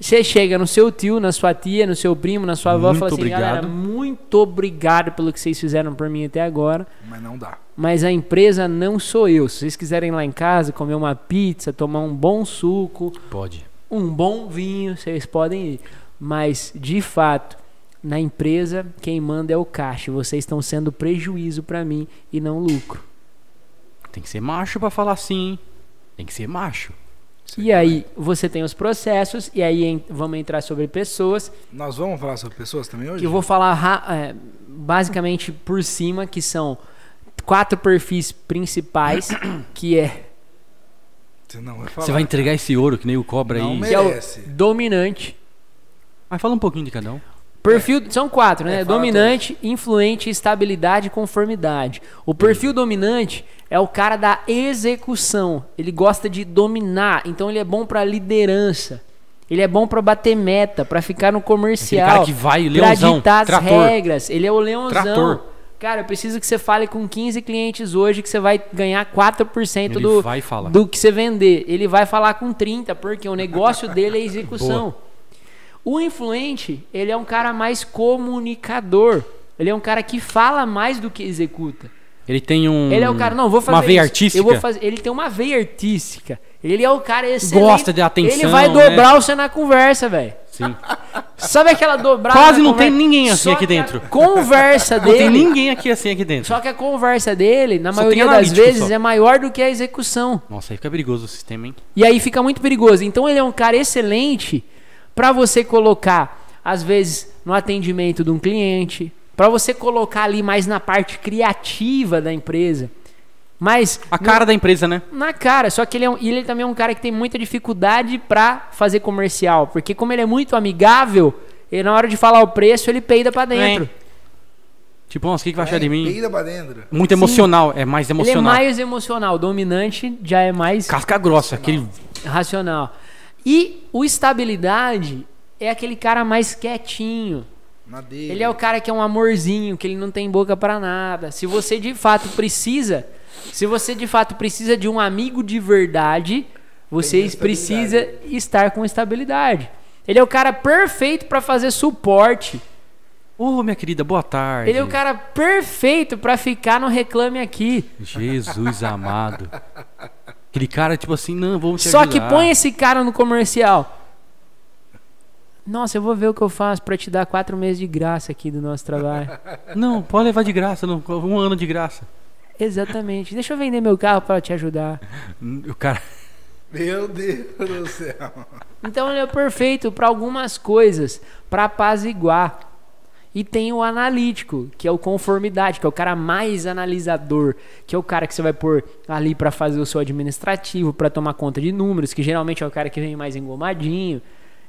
S1: Você chega no seu tio, na sua tia, no seu primo, na sua avó e
S3: Muito
S1: fala assim:
S3: obrigado.
S1: galera, muito obrigado pelo que vocês fizeram por mim até agora
S2: Mas não dá.
S1: mas a empresa não sou eu. Se vocês quiserem ir lá em casa comer uma pizza, tomar um bom suco,
S3: Pode.
S1: um bom vinho, vocês podem ir. Mas, de fato, na empresa, quem manda é o caixa. Vocês estão sendo prejuízo pra mim e não lucro.
S3: Tem que ser macho pra falar assim, hein? Tem que ser macho.
S1: e aí, você tem os processos, e aí en- vamos entrar sobre pessoas.
S2: Nós vamos falar sobre pessoas também hoje?
S1: Eu vou falar ra- é, basicamente por cima, que são quatro perfis principais, que é
S2: Você não vai falar.
S3: Você vai entregar esse ouro que nem o cobra
S2: Não
S3: aí.
S2: mesmo.
S1: que é o
S2: Merece.
S1: dominante,
S3: Mas fala um pouquinho de cada um.
S1: Perfil são quatro, né?
S2: É, fala
S1: dominante, influente, estabilidade e conformidade. O perfil dominante é o cara da execução. Ele gosta de dominar, então ele é bom pra liderança. Ele é bom pra bater meta, pra ficar no comercial.
S3: cara que vai,
S1: pra
S3: leãozão,
S1: ditar as
S3: trator.
S1: regras. Ele é o leãozão.
S3: Trator.
S1: Cara, eu preciso que você fale com 15 clientes hoje que você vai ganhar 4%
S3: Ele
S1: do,
S3: vai falar.
S1: do que você vender. Ele vai falar com 30, porque o negócio dele é execução. O influente, ele é um cara mais comunicador. Ele é um cara que fala mais do que executa.
S3: Ele tem um.
S1: Ele é o cara, não, vou fazer
S3: Uma veia
S1: isso,
S3: artística.
S1: Eu vou fazer, ele tem uma veia artística. Ele é o cara excelente.
S3: Gosta de atenção,
S1: Ele vai
S3: né?
S1: dobrar você na conversa, velho.
S3: Sim.
S1: Sabe aquela dobrada?
S3: Quase
S1: na
S3: não tem
S1: conversa?
S3: ninguém assim
S1: Só
S3: aqui
S1: que a
S3: dentro.
S1: Conversa
S3: Não
S1: dele.
S3: tem ninguém aqui assim aqui dentro.
S1: Só que a conversa dele, na
S3: Só tem
S1: maioria das
S3: analítico
S1: vezes,
S3: só.
S1: é maior do que a execução.
S3: Nossa, aí fica perigoso o sistema, hein?
S1: E aí fica muito perigoso. Então ele é um cara excelente pra você colocar, às vezes, no atendimento de um cliente, pra você colocar ali mais na parte criativa da empresa. Mas
S3: A cara da empresa, né?
S1: na cara, só que ele, é um- e ele também é um cara que tem muita dificuldade pra fazer comercial, porque como ele é muito amigável, ele, na hora de falar o preço, ele peida pra dentro.
S3: É. Tipo, nossa, o que, que vai achar de mim?
S2: Peida pra dentro.
S3: Muito emocional, é mais
S1: Ele é
S3: emocional.
S1: mais emocional, dominante já é mais
S3: Casca grossa, aquele.
S1: racional. E o estabilidade é aquele cara mais quietinho.
S2: Na dele.
S1: Ele é o cara que é um amorzinho, que ele não tem boca pra nada. Se você de fato precisa, se você de fato precisa de um amigo de verdade, você
S2: estabilidade.
S1: precisa estar com estabilidade. Ele é o cara perfeito pra fazer suporte.
S3: Ô, minha querida, boa tarde.
S1: Ele é o cara perfeito pra ficar no reclame aqui.
S3: Jesus amado. Aquele cara, tipo assim, não, vamos te
S1: Só que
S3: ajudar.
S1: põe esse cara no comercial. Nossa, eu vou ver o que eu faço pra te dar quatro meses de graça aqui do nosso trabalho.
S3: Não, pode levar de graça, não, um ano de graça.
S1: Exatamente. Deixa eu vender meu carro pra te ajudar.
S3: O cara.
S2: Meu Deus do céu.
S1: Então ele é perfeito pra algumas coisas, pra apaziguar. E tem o analítico, que é o conformidade, que é o cara mais analisador, que é o cara que você vai pôr ali pra fazer o seu administrativo, pra tomar conta de números, que geralmente é o cara que vem mais engomadinho,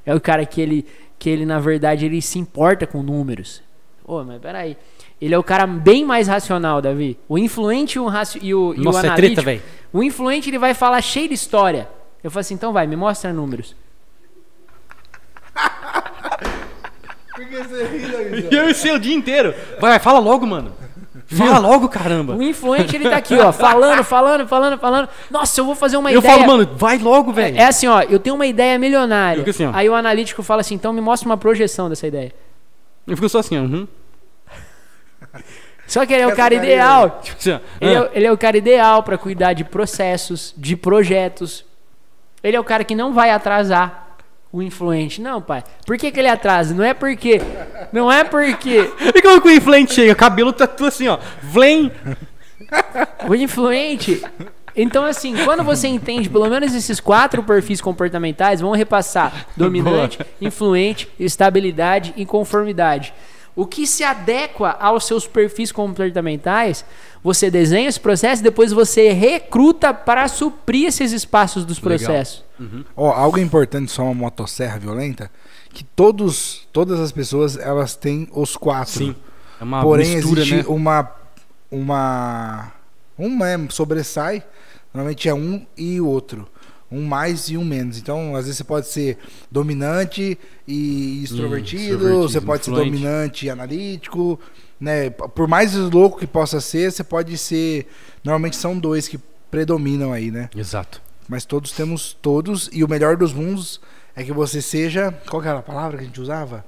S1: é o cara que ele que ele na verdade ele se importa com números. Ô, mas peraí. Ele é o cara bem mais racional, Davi. O influente e o, raci- e o, e o
S3: Nossa, é treta,
S1: analítico.
S3: véi.
S1: o influente ele vai falar cheio de história. Eu falo assim, então vai, me mostra números.
S2: Por que você ri, Davi?
S3: E eu sei o dia inteiro. Vai, fala logo, mano. Fala logo, caramba.
S1: O influente, ele tá aqui, ó, falando, falando, falando, falando. Nossa, eu vou fazer uma
S3: Eu
S1: ideia.
S3: falo, mano, vai logo, velho.
S1: É assim, ó, eu tenho uma ideia milionária.
S3: Eu fico assim, ó.
S1: Aí o analítico fala assim, então me mostra uma projeção dessa ideia.
S3: Eu fico só assim, ó. uhum.
S1: Só que ele é o
S2: Essa
S1: cara
S2: daí,
S1: ideal.
S3: Tipo assim, ó.
S1: Ele é,
S3: ah,
S1: o- ele é o cara ideal pra cuidar de processos, de projetos. Ele é o cara que não vai atrasar o influente. Não, pai. Por que, que ele atrasa? Não é porque. Não é porque.
S3: E como que o inflante chega? O cabelo tá tudo assim, ó. Vlen.
S1: O influente. Então, assim, quando você entende, pelo menos esses quatro perfis comportamentais, vão repassar: dominante, influente, estabilidade e conformidade. O que se adequa aos seus perfis comportamentais, você desenha esse processo e depois você recruta para suprir esses espaços dos processos.
S2: Ó, algo importante só uma motosserra violenta, que todos, todas as pessoas, elas têm os quatro.
S3: Sim. É uma
S2: Porém,
S3: mistura,
S2: existe
S3: né?
S2: uma. Uma. Um é, sobressai. Normalmente é um e o outro. Um mais e um menos. Então, às vezes você pode ser dominante e extrovertido,
S3: Hum, extrovertido,
S2: você pode ser
S3: influente.
S2: dominante e analítico, né? P- Por mais louco que possa ser, você pode ser, normalmente são dois que predominam aí, né?
S3: Exato.
S2: Mas todos temos todos e o melhor dos mundos é que você seja, qual que era a palavra que a gente usava?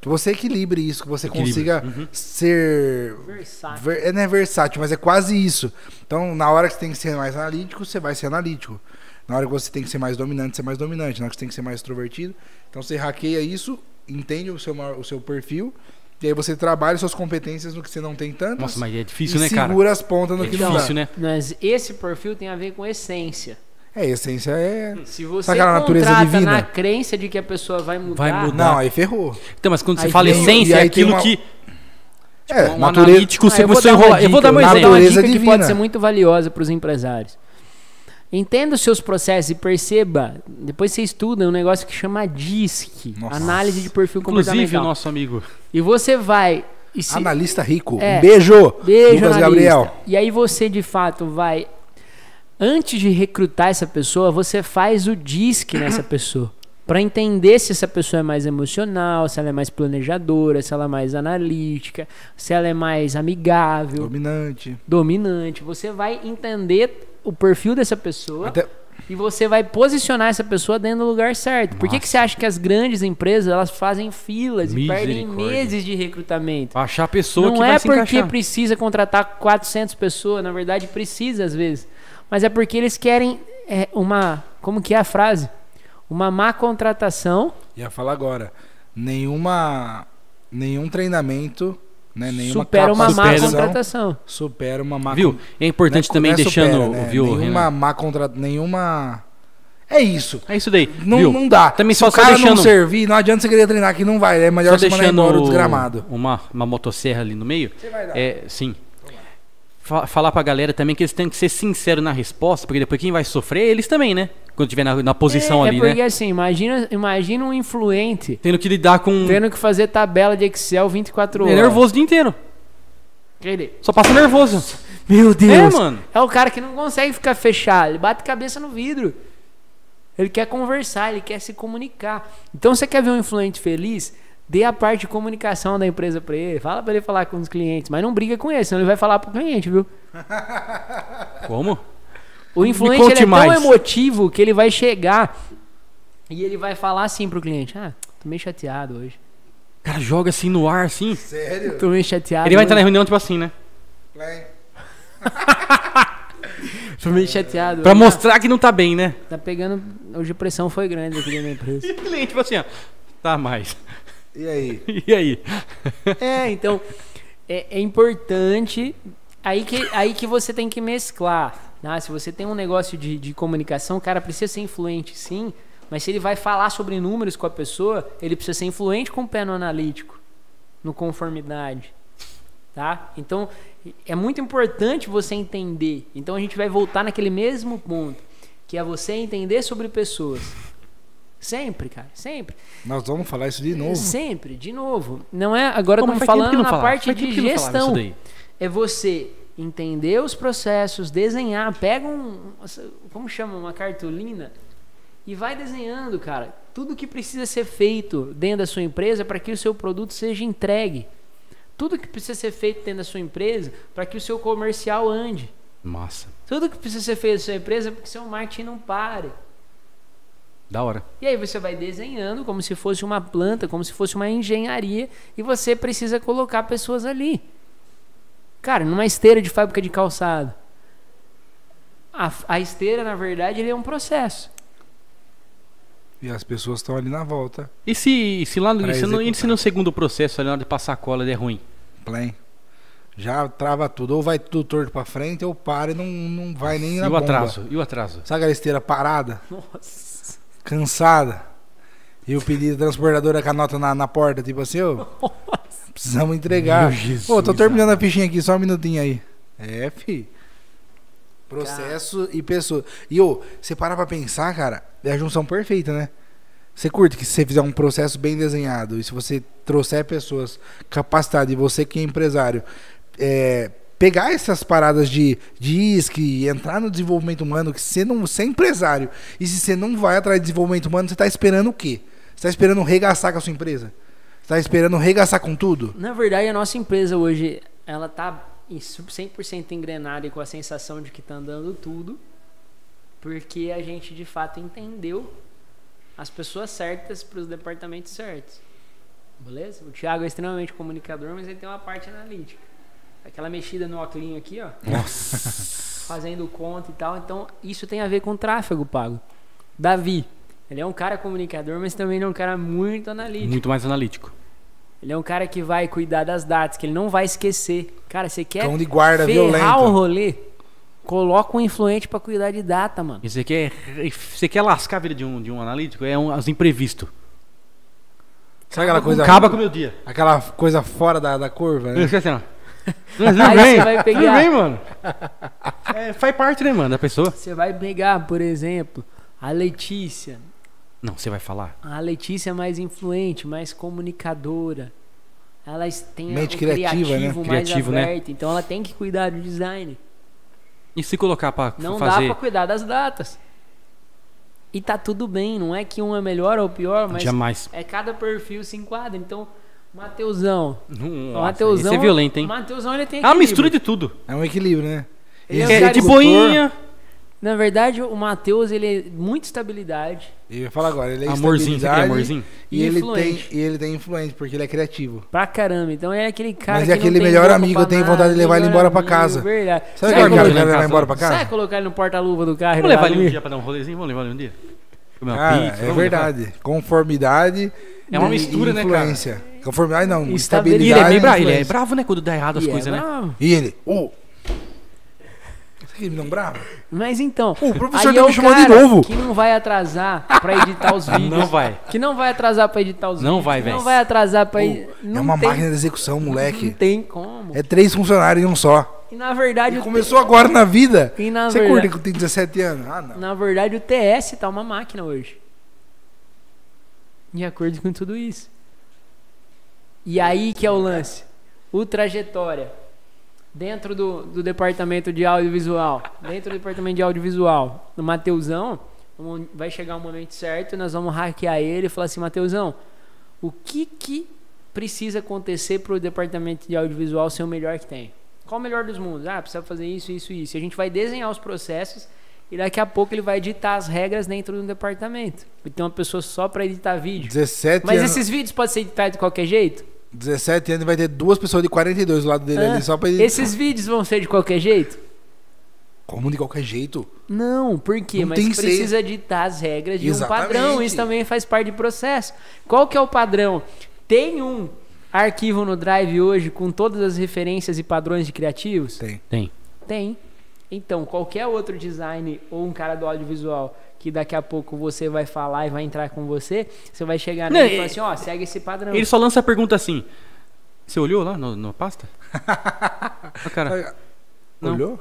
S2: Que você equilibre isso, que você
S3: Equilíbrio.
S2: consiga
S3: Uhum.
S2: ser
S1: Versátil.
S2: ver- é, não é versátil, mas é quase isso. Então, na hora que você tem que ser mais analítico, você vai ser analítico. Na hora que você tem que ser mais dominante, você é mais dominante. Na hora que você tem que ser mais extrovertido, então você hackeia isso, entende o seu, maior- o seu perfil, e aí você trabalha suas competências no que você não tem tanto.
S3: Nossa, mas é difícil,
S2: e
S3: né, cara?
S2: segura as pontas no
S3: É
S2: que não dá.
S3: difícil, né?
S1: Mas esse perfil tem a ver com essência.
S2: É, a essência é.
S1: Se você
S2: Sabe aquela natureza
S1: contrata
S2: divina?
S1: na crença de que a pessoa vai mudar,
S3: Vai mudar.
S2: Não, aí ferrou.
S3: Então, mas quando você
S1: Aí
S3: fala
S1: tem-
S3: essência,
S2: e
S3: é
S2: aí tem
S3: aquilo
S2: uma-
S3: que
S2: É,
S3: um
S2: natureza.
S3: analítico
S1: Ah,
S3: você
S1: eu vou
S3: começou a
S1: dar uma
S3: enrolar. Eu
S1: dica,
S3: vou dar um
S1: eu
S2: vou
S3: exemplo.
S2: dar uma Natureza
S1: dica que
S2: divina.
S1: pode ser muito valiosa para os empresários. Entenda os seus processos e perceba. Depois você estuda um negócio que chama DISC,
S2: Nossa.
S1: análise de perfil
S3: Inclusive, o
S1: comportamental.
S3: nosso amigo.
S1: E você vai e
S3: assim.
S1: se-
S2: Analista rico.
S1: É.
S2: Um beijo.
S1: Beijo,
S2: Lucas
S1: analista.
S2: Gabriel.
S1: E aí você de fato vai antes de recrutar essa pessoa, você faz o DISC nessa pessoa. Pra entender se essa pessoa é mais emocional, se ela é mais planejadora, se ela é mais analítica, se ela é mais amigável
S2: Dominante.
S1: dominante. Você vai entender o perfil dessa pessoa
S2: Até-
S1: e você vai posicionar essa pessoa dentro do lugar certo. Por que, que você acha que as grandes empresas elas fazem filas e perdem
S3: Misericórdia.
S1: meses de recrutamento?
S3: Pra achar a pessoa que
S1: Não
S3: vai
S1: é
S3: se
S1: porque
S3: encaixar.
S1: precisa contratar 400 pessoas, na verdade precisa às vezes, mas é porque eles querem é, uma, como que é a frase? Uma má contratação
S2: Ia falar agora. Nenhuma. Nenhum treinamento, né? Nenhuma
S1: supera uma má
S2: capacitação
S1: contratação.
S2: Supera uma má
S3: Viu? É importante
S2: Não é-
S3: também
S2: não é
S3: deixando,
S2: supera, né?
S3: viu,
S2: Nenhuma
S3: Renan?
S2: má contratação. Nenhuma. É isso.
S3: É isso daí.
S2: Não,
S3: viu?
S2: não dá.
S3: Também
S2: Se
S3: só,
S2: o
S3: só
S2: cara
S3: deixando,
S2: não servir, não adianta você querer treinar que não vai. É melhor
S3: só
S2: você mandar
S3: deixando É.
S2: embora o desgramado.
S3: Uma, uma motosserra ali no meio.
S2: Você vai dar.
S3: É, sim. fa- falar pra galera também que eles têm que ser sinceros na resposta, porque depois quem vai sofrer é eles também, né? Quando tiver na, na posição
S1: é,
S3: ali,
S1: é porque
S3: né?
S1: assim, imagina, imagina um influente
S3: Tendo que lidar com.
S1: tendo que fazer tabela de Excel 24
S3: É
S1: horas.
S3: nervoso o dia inteiro.
S1: Ele,
S3: Só passa nervoso.
S1: Meu Deus.
S3: É, mano.
S1: É o cara que não consegue ficar fechado. Ele bate cabeça no vidro. Ele quer conversar, ele quer se comunicar. Então, você quer ver um influente feliz? Dê a parte de comunicação da empresa pra ele. Fala pra ele falar com os clientes. Mas não briga com ele, senão ele vai falar pro cliente, viu?
S3: Como?
S1: O influente
S3: conte
S1: ele é tão
S3: mais.
S1: emotivo que ele vai chegar e ele vai falar assim pro cliente: Ah, tô meio chateado hoje.
S3: O cara joga assim no ar, assim.
S2: Sério?
S1: Tô meio chateado.
S3: Ele vai
S1: hoje.
S3: entrar na reunião, tipo assim, né?
S2: Vai.
S1: Tô meio chateado.
S3: Pra
S1: hoje.
S3: mostrar que não tá bem, né?
S1: Ah, Tá pegando. Hoje a pressão foi grande aqui dentro da empresa.
S3: E o cliente, tipo assim, ó. Tá mais.
S2: E aí?
S3: E aí?
S1: É, então é, é importante. Aí que, aí que você tem que mesclar. né? Se você tem um negócio de, de comunicação, o cara precisa ser influente, sim. Mas se ele vai falar sobre números com a pessoa, ele precisa ser influente com o pé no analítico, no conformidade. Tá? Então é muito importante você entender. Então a gente vai voltar naquele mesmo ponto, que é você entender sobre pessoas. Sempre, cara, sempre.
S2: Nós vamos falar isso de novo.
S1: Sempre, de novo. Não é, agora
S3: Pô, mas
S1: estamos
S3: faz tempo que
S1: falando
S3: não
S1: na
S3: falava,
S1: parte
S3: faz tempo
S1: de
S3: que não falava isso
S1: gestão.
S3: daí.
S1: É você entender os processos, desenhar, pega um, como chama, uma cartolina e vai desenhando, cara, tudo que precisa ser feito dentro da sua empresa para que o seu produto seja entregue. Tudo que precisa ser feito dentro da sua empresa para que o seu comercial ande.
S3: Massa.
S1: Tudo que precisa ser feito na sua empresa para que seu marketing não pare.
S3: Da hora.
S1: E aí você vai desenhando como se fosse uma planta, como se fosse uma engenharia, e você precisa colocar pessoas ali. Cara, numa esteira de fábrica de calçado. A, a esteira, na verdade, ele é um processo.
S2: E as pessoas estão ali na volta.
S3: E se, se lá no,
S2: Pra
S3: e se no, e
S2: executar.
S3: se no segundo processo, ali na hora de passar a cola, ele é ruim?
S2: Play. Já trava tudo. Ou vai tudo torto pra frente, ou para e não, não vai nem
S3: E
S2: na
S3: o
S2: bomba.
S3: atraso? E o atraso?
S2: Sabe aquela esteira parada,
S1: Nossa.
S2: cansada? E o pedido da transportadora com a nota na, na porta, tipo assim, ô, precisamos entregar.
S3: Meu Jesus,
S2: Pô, tô terminando a fichinha aqui, só um minutinho aí. É, fi. Processo e pessoa. E ô, você para pra pensar, cara, é a junção perfeita, né? Você curte que se você fizer um processo bem desenhado e se você trouxer pessoas capacitadas e você que é empresário, é, pegar essas paradas de disque e entrar no desenvolvimento humano, que você não você é empresário e se você não vai atrás de desenvolvimento humano, você está esperando o quê? Você está esperando regaçar com a sua empresa? Você está esperando regaçar com tudo?
S1: Na verdade, a nossa empresa hoje, ela tá em su- 100% engrenada e com a sensação de que tá andando tudo, porque a gente de fato entendeu as pessoas certas para os departamentos certos. Beleza? O Thiago é extremamente comunicador, mas ele tem uma parte analítica. Aquela mexida no óculinho aqui, ó, fazendo conta e tal. Então, isso tem a ver com tráfego pago. Davi, ele é um cara comunicador, mas também ele é um cara muito analítico.
S3: Muito mais analítico.
S1: Ele é um cara que vai cuidar das datas, que ele não vai esquecer. Cara, você quer
S2: Cão de guarda
S1: É ferrar
S2: é violento.
S1: o rolê? Coloca um influente pra cuidar de data, mano.
S3: E você quer, você quer lascar a vida de um, de um analítico? É um, os imprevistos.
S2: Sabe aquela coisa,
S3: Acaba com o meu dia.
S2: aquela coisa fora da, da curva?
S3: Não
S2: Né?
S3: esquece, não. Não, não
S1: Aí
S3: vem.
S1: você vai pegar.
S3: Não vem, mano. É, faz parte, né, mano, da pessoa.
S1: Você vai pegar, por exemplo, a Letícia.
S3: Não, você vai falar.
S1: A Letícia é mais influente, mais comunicadora. Ela es- tem
S2: Mente
S1: o
S2: criativa, né?
S1: criativo mais
S3: Criativo, né?
S1: aberto. Então ela tem que cuidar do design.
S3: E se colocar pra
S1: Não dá
S3: fazer
S1: pra cuidar das datas. E tá tudo bem, não é que um é melhor ou pior, mas
S3: jamais.
S1: é cada perfil se enquadra. Então, Mateusão,
S3: Não,
S1: O Mateusão.
S3: Isso é violento, hein?
S1: Mateusão, ele tem
S3: É uma
S1: um equilíbrio.
S3: mistura de tudo.
S2: É um equilíbrio, né?
S1: Ele é um
S2: Esse
S1: cara
S3: É de
S2: locutor-
S3: boinha.
S1: Na verdade, o Matheus, ele é muita estabilidade
S2: Eu ia falar agora, ele é
S3: Amorzinho, você quer
S2: estabilidade
S3: amorzinho?
S2: E ele, tem,
S1: Influente.
S2: e ele tem influente, porque ele é criativo.
S1: pra caramba. Então, é aquele cara
S2: Mas
S1: que
S2: é aquele
S1: não tem
S2: melhor
S1: boca
S2: amigo,
S1: pra
S2: eu tenho
S1: nada,
S2: vontade de levar ele
S1: melhor
S2: embora pra
S1: amigo,
S2: casa.
S1: verdade.
S2: Sabe
S1: Sabe
S2: aquele cara que
S1: colocar-
S3: ele
S2: vai
S3: casa?
S2: embora pra
S1: Sabe
S2: casa?
S1: colocar ele no porta-luva do carro? e
S3: Vamos levar
S1: levar
S3: ele um dia pra dar um rolezinho? Vamos levar ele um dia? Comer uma
S2: Cara,
S3: pizza,
S2: é
S3: vamos levar.
S2: verdade. Conformidade
S3: É uma
S2: e-
S3: mistura,
S2: e
S3: né, cara?
S2: influência. Conformidade não,
S1: Estabilidade.
S3: E ele é,
S2: estabilidade.
S3: bem bravo,
S2: e
S3: ele é
S2: influência.
S3: bravo, né? Quando dá errado as
S1: E é
S3: coisas, né?
S1: bravo.
S2: E ele, ô. Será que ele me dá um bravo?
S1: Mas então,
S2: O professor
S1: aí
S2: tá
S1: é
S2: me
S1: o
S2: chamando de
S1: cara
S2: novo.
S1: Que não vai atrasar pra editar os vídeos.
S3: Não vai.
S1: Que não vai atrasar pra editar os
S3: Não
S1: vídeos.
S3: vai,
S1: que
S3: véi.
S1: Não vai atrasar pra.
S2: Ô,
S1: ed-
S2: é
S1: Não
S2: uma
S1: tem-
S2: máquina de execução,
S1: Não
S2: moleque.
S1: tem como.
S2: É três funcionários em um só.
S1: E na verdade.
S2: E
S1: o
S2: começou agora na vida.
S1: E na
S2: Você
S1: verdade-
S2: curte que tem 17 anos? Ah, não.
S1: Na verdade, o TS tá uma máquina hoje. De acordo com tudo isso. E aí que é o lance. O trajetória. Dentro do, do departamento de audiovisual. Dentro do departamento de audiovisual. No Mateusão, um- vai chegar o momento certo e nós vamos hackear ele e falar assim, Mateusão, o que que precisa acontecer para o departamento de audiovisual ser o melhor que tem? Qual o melhor dos mundos? Ah, precisa fazer isso, isso e isso. E A gente vai desenhar os processos e daqui a pouco ele vai editar as regras dentro do departamento. E tem uma pessoa só para editar vídeo.
S2: 17
S1: Mas
S2: anos.
S1: esses vídeos podem ser editados de qualquer jeito?
S2: 17 anos e vai ter duas pessoas de 42 do lado dele
S1: Ah,
S2: ali só pra ele.
S1: Esses vídeos vão ser de qualquer jeito?
S2: Como de qualquer jeito.
S1: Não, por quê?
S2: Não
S1: Mas
S2: tem que
S1: precisa editar as regras de
S2: Exatamente.
S1: um padrão. Isso também faz parte do processo. Qual que é o padrão? Tem um arquivo no Drive hoje com todas as referências e padrões de criativos?
S2: Tem.
S3: Tem.
S1: Tem. Então, qualquer outro design ou um cara do audiovisual que daqui a pouco você vai falar e vai entrar com você, você vai chegar
S3: Não,
S1: nele e falar
S3: e-
S1: assim, ó, segue esse padrão.
S3: Ele só lança a pergunta assim. Você olhou lá no- na pasta? Ah, cara. Não.
S2: Olhou?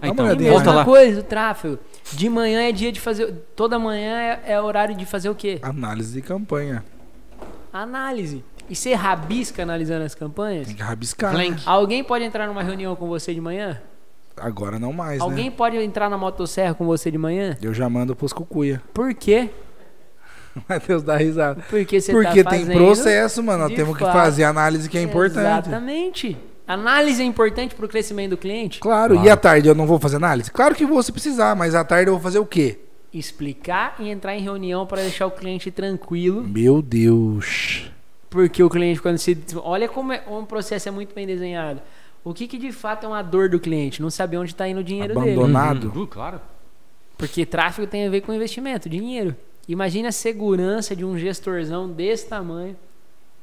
S3: Ah,
S2: uma
S3: então,
S1: E
S2: olhadinha,
S3: volta
S1: mesma
S3: lá.
S1: coisa, o tráfego. De manhã é dia de fazer. Toda manhã é, é horário de fazer o quê?
S2: Análise de campanha.
S1: Análise. E você rabisca analisando as campanhas?
S2: Tem que rabiscar. né?
S3: Blank.
S1: Alguém pode entrar numa reunião com você de manhã?
S2: Agora não mais,
S1: Alguém
S2: né?
S1: pode entrar na motosserra com você de manhã?
S2: Eu já mando pros cucuia.
S1: Por quê?
S2: Matheus dá risada.
S1: Porque você
S2: Porque
S1: tá
S2: tem
S1: fazendo...
S2: processo, mano. Nós
S1: de
S2: temos que
S1: fato.
S2: fazer análise que é importante.
S1: Exatamente. Análise é importante pro crescimento do cliente.
S2: Claro. E
S3: Claro.
S2: à tarde eu não vou fazer análise? Claro que vou se precisar, mas à tarde eu vou fazer o quê?
S1: Explicar e entrar em reunião para deixar o cliente tranquilo,
S2: Meu Deus.
S1: porque o cliente quando se olha como é, um processo é muito bem desenhado. O que, que de fato é uma dor do cliente? Não saber onde está indo o dinheiro dele.
S2: Abandonar. Nado.
S3: Uhum. Uh, claro.
S1: Porque tráfego tem a ver com investimento, dinheiro. Imagina a segurança de um gestorzão desse tamanho.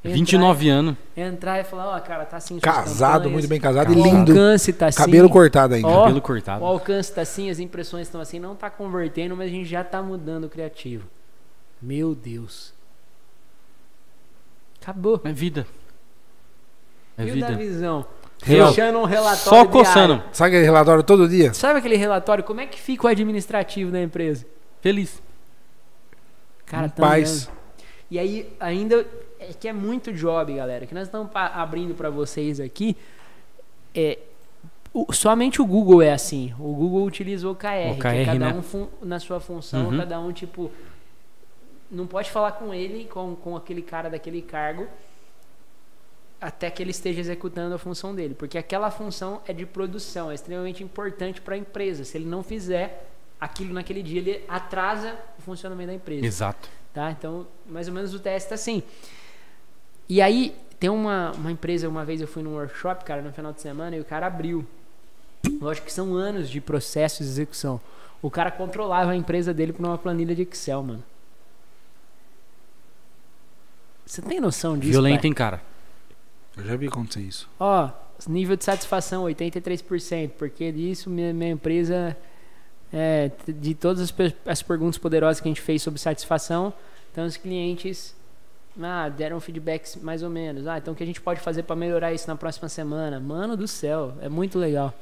S1: entrar-
S3: 29 anos.
S1: Entrar e falar, ó, cara, tá assim. suas
S2: Casado,
S1: campanhas,
S2: muito bem casado e
S1: o
S2: lindo.
S1: alcance tá assim.
S2: Cabelo cortado ainda.
S1: Ó,
S3: Cabelo cortado.
S1: O alcance tá assim, as impressões estão assim, não tá convertendo, mas a gente já tá mudando o criativo. Meu Deus. Acabou.
S3: É vida. É
S1: Viu da
S3: vida.
S1: visão?
S3: Real.
S1: Fechando um relatório.
S3: Só
S1: diário.
S3: coçando.
S2: Sabe aquele relatório todo dia?
S1: Sabe aquele relatório? Como é que fica o administrativo da empresa?
S3: Feliz.
S1: Cara,
S2: Em
S1: tamo
S2: paz.
S1: vendo. E aí, ainda. É que é muito job, galera. Que nós estamos pa- abrindo para vocês aqui. É, o- somente o Google é assim. O Google utiliza o OKR, que é
S3: OKR,
S1: cada
S3: né?
S1: um fun- na sua função,
S3: Uhum.
S1: cada um, tipo. Não pode falar com ele, com, com aquele cara daquele cargo, até que ele esteja executando a função dele. Porque aquela função é de produção, é extremamente importante para a empresa. Se ele não fizer aquilo naquele dia, ele atrasa o funcionamento da empresa
S3: Exato.
S1: tá? Então, mais ou menos o teste tá assim. E aí, tem uma, uma empresa, uma vez eu fui num workshop, cara, no final de semana, e o cara abriu. Lógico que são anos de processo de execução. O cara controlava a empresa dele por uma planilha de Excel, mano. Você tem noção disso?
S3: Violento,
S1: pai?
S3: hein, cara?
S2: Eu já vi acontecer isso.
S1: Ó, nível de satisfação 83%, porque disso minha, minha empresa, é, t- de todas as, pe- as perguntas poderosas que a gente fez sobre satisfação, então os clientes ah, deram feedbacks mais ou menos. Ah, então o que a gente pode fazer para melhorar isso na próxima semana? Mano do céu, é muito legal.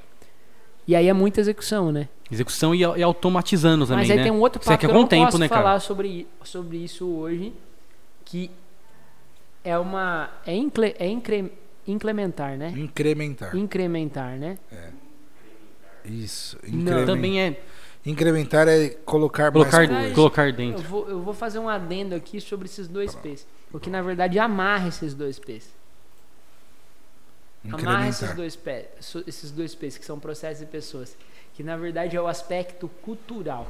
S1: E aí é muita execução, né?
S3: Execução e, au- e automatizando também,
S1: Mas aí
S3: né?
S1: tem um outro
S3: Isso
S1: papo
S3: aqui
S1: que
S3: é
S1: eu
S3: com
S1: não
S3: tempo,
S1: posso
S3: né, cara?
S1: falar sobre, sobre isso hoje, que é uma... é, incle- é incre- incrementar, né?
S2: Incrementar.
S1: Incrementar, né?
S2: Isso.
S3: Não,
S2: Incremen-
S3: Também é
S2: Incrementar é colocar,
S3: colocar,
S2: mais coisas.
S3: colocar
S1: Eu
S3: dentro.
S1: vou, eu vou fazer um adendo aqui sobre esses dois P's. O que na verdade amarra esses dois P's. Amarra esses
S2: Incrementar.
S1: dois, P, so- esses dois P's, que são processos e pessoas. Que na verdade é o aspecto cultural.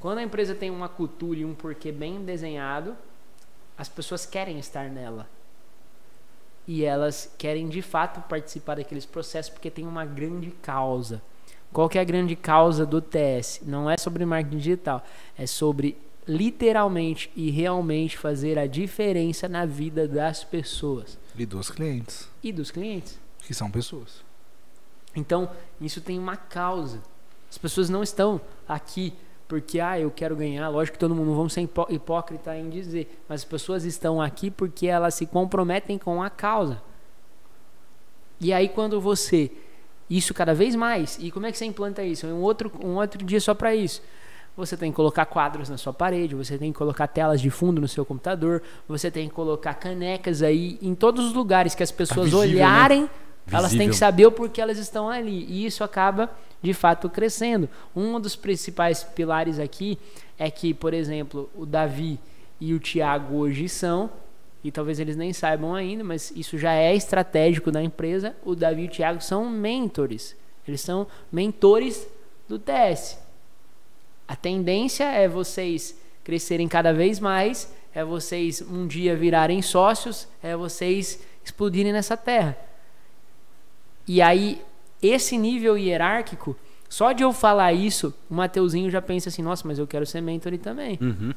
S1: Quando a empresa tem uma cultura e um porquê bem desenhado, as pessoas querem estar nela. E elas querem de fato participar daqueles processos porque tem uma grande causa. Qual que é a grande causa do TS? Não é sobre marketing digital, é sobre literalmente e realmente fazer a diferença na vida das pessoas
S2: E dos clientes,
S1: e dos clientes.
S2: que são pessoas.
S1: Então, isso tem uma causa. As pessoas não estão aqui porque, ah, eu quero ganhar. Lógico que todo mundo, não vamos ser hipó- hipócrita em dizer. Mas as pessoas estão aqui porque elas se comprometem com a causa. E aí quando você isso cada vez mais, e como é que você implanta isso? Um outro um outro dia só para isso. Você tem que colocar quadros na sua parede, você tem que colocar telas de fundo no seu computador, você tem que colocar canecas aí em todos os lugares que as pessoas
S3: visível, né?
S1: olharem, elas têm
S3: Visível.
S1: que saber o porquê elas estão ali. E isso acaba, de fato, crescendo. Um dos principais pilares aqui é que, por exemplo, o Davi e o Thiago hoje são, e talvez eles nem saibam ainda, mas isso já é estratégico da empresa. O Davi e o Thiago são mentores. Eles são mentores do TS. A tendência é vocês crescerem cada vez mais, é vocês um dia virarem sócios, é vocês explodirem nessa terra. E aí, esse nível hierárquico, só de eu falar isso, o Mateuzinho já pensa assim: nossa, mas eu quero ser mentor também.
S3: Uhum.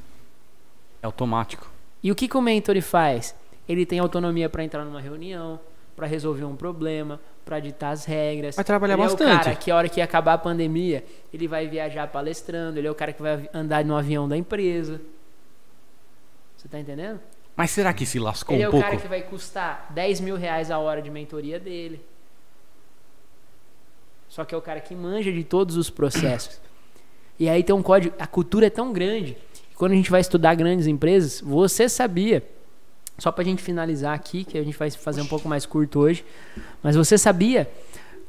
S3: É automático.
S1: E o que, que o mentor faz? Ele tem autonomia para entrar numa reunião, para resolver um problema, para ditar as regras.
S3: Vai trabalhar
S1: ele É o
S3: bastante.
S1: cara que a hora que acabar a pandemia, ele vai viajar palestrando, ele é o cara que vai andar no avião da empresa. Você tá entendendo?
S3: Mas será que se lascou
S1: ele é
S3: um
S1: o
S3: pouco?
S1: cara que vai custar 10 mil reais a hora de mentoria dele. Só que é o cara que manja de todos os processos. E aí tem um código. A cultura é tão grande. que Quando a gente vai estudar grandes empresas, você sabia. Só pra gente finalizar aqui, que a gente vai fazer um pouco mais curto hoje. Mas você sabia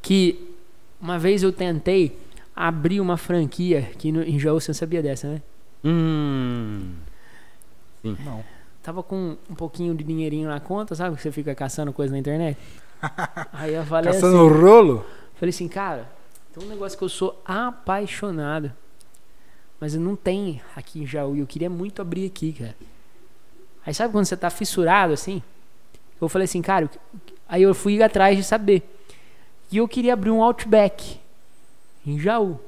S1: que uma vez eu tentei abrir uma franquia, que no, em Jaú você sabia dessa, né?
S3: Hum.
S2: Não.
S1: Tava com um pouquinho de dinheirinho na conta, sabe? Que você fica caçando coisa na internet. Aí eu falei
S2: Caçando
S1: assim,
S2: rolo?
S1: falei assim, cara, tem um negócio que eu sou apaixonado. Mas eu não tem aqui em Jaú. E eu queria muito abrir aqui, cara. Aí sabe quando você tá fissurado assim? Eu falei assim, cara, o que- o que- aí eu fui atrás de saber. E eu queria abrir um outback em Jaú.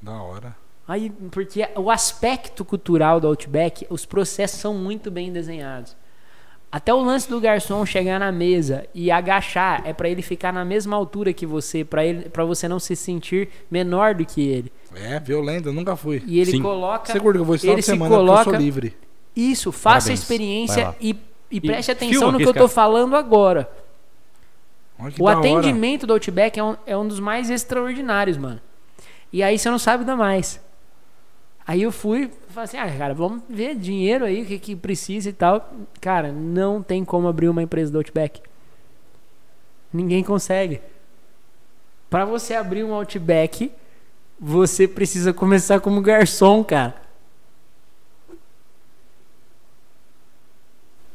S2: Da hora.
S1: Aí, porque o aspecto cultural do Outback, os processos são muito bem desenhados. Até o lance do garçom chegar na mesa e agachar é pra ele ficar na mesma altura que você, pra ele, para você não se sentir menor do que ele.
S2: É, violento, eu nunca fui.
S1: E ele
S3: Sim.
S1: coloca
S2: Seguro que eu vou estar
S1: ele
S2: de
S1: se
S2: semana porque eu
S1: coloca-
S2: sou livre.
S1: isso, faça a
S3: Parabéns. Vai
S1: experiência
S3: lá.
S1: e, e preste atenção
S3: filma
S1: no
S3: aqui
S1: que eu
S3: esse
S1: tô
S3: cara.
S1: falando agora.
S2: Olha que
S1: O
S2: da hora.
S1: atendimento do Outback é um, é um dos mais extraordinários, mano. E aí você não sabe ainda mais. Aí eu fui, falei assim, ah, cara, vamos ver dinheiro aí, o que, que precisa e tal. Cara, não tem como abrir uma empresa do Outback. Ninguém consegue. Pra você abrir um Outback, você precisa começar como garçom, cara.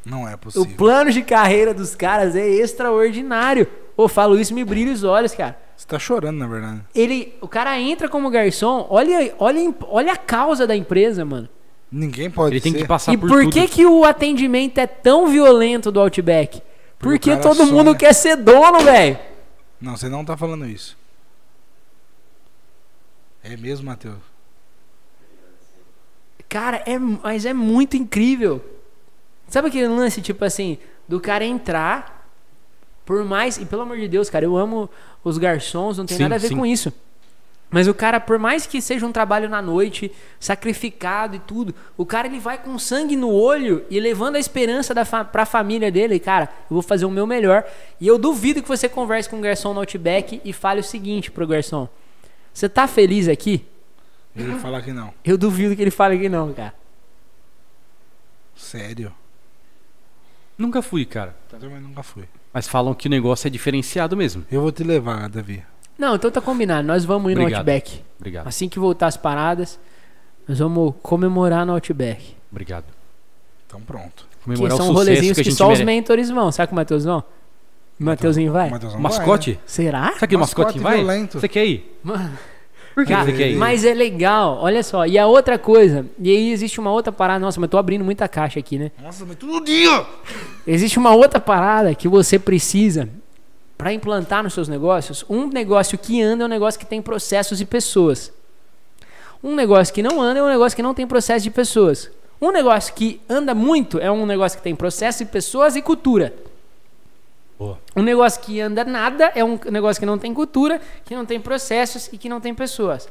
S2: Não é
S1: O
S2: possível.
S1: plano de carreira dos caras é extraordinário. Eu falo isso, me brilha os olhos, cara.
S2: Você tá chorando, na verdade.
S1: ele, o cara entra como garçom, olha, olha, olha a causa da empresa, mano.
S2: Ninguém pode
S3: Ele tem
S2: ser.
S3: que passar
S1: e
S3: por,
S1: por,
S3: tudo.
S1: que que o atendimento é tão violento do Outback? Porque,
S2: o cara
S1: todo mundo
S2: sonha.
S1: quer ser dono, velho.
S2: Não, você não tá falando isso. É mesmo, Matheus?
S1: Cara, é, mas é muito incrível. Sabe aquele lance, tipo assim, do cara entrar, por mais. E pelo amor de Deus, cara, eu amo os garçons, não tem
S3: Sim,
S1: nada a ver
S3: sim.
S1: com isso. Mas o cara, por mais que seja um trabalho na noite, sacrificado e tudo, o cara ele vai com sangue no olho e levando a esperança da fa pra família dele, cara, eu vou fazer o meu melhor. E eu duvido que você converse com o garçom no Outback e fale o seguinte pro garçom: Você tá feliz aqui?
S2: Ele ia falar que não.
S1: Eu duvido que ele fale que não, cara.
S2: Sério.
S3: Nunca fui, cara.
S2: Eu também nunca fui.
S3: Mas falam que o negócio é diferenciado mesmo.
S2: Eu vou te levar, Davi.
S1: Não, então tá combinado. Nós vamos ir
S3: Obrigado.
S1: no Outback.
S3: Obrigado.
S1: Assim que voltar as paradas, nós vamos comemorar no Outback.
S3: Obrigado.
S2: Então pronto.
S1: Que
S3: Comemorar
S1: são
S3: o sucesso
S1: rolezinhos
S3: que
S1: que,
S3: a gente
S1: só os
S3: mere-
S1: mentores vão. Sabe que o Matheus vão? O Mateuzinho vai?
S2: Matheusão vai,
S3: Mascote?
S2: né?
S1: Será?
S3: Será que o
S2: Mascote
S3: mascote
S2: é
S3: vai?
S2: violento.
S3: Você quer ir?
S1: Mano,
S3: Por que
S1: Cara,
S3: você quer ir?
S1: mas é legal, olha só. E a outra coisa, e aí existe uma outra parada. Nossa, mas eu tô abrindo muita caixa aqui, né?
S2: Nossa, mas todo dia!
S1: Existe uma outra parada que você precisa para implantar nos seus negócios. Um negócio que anda é um negócio que tem processos e pessoas. Um negócio que não anda é um negócio que não tem processo de pessoas. Um negócio que anda muito é um negócio que tem processo e pessoas e cultura.
S3: Boa.
S1: Um negócio que anda nada é um negócio que não tem cultura, que não tem processos e que não tem pessoas.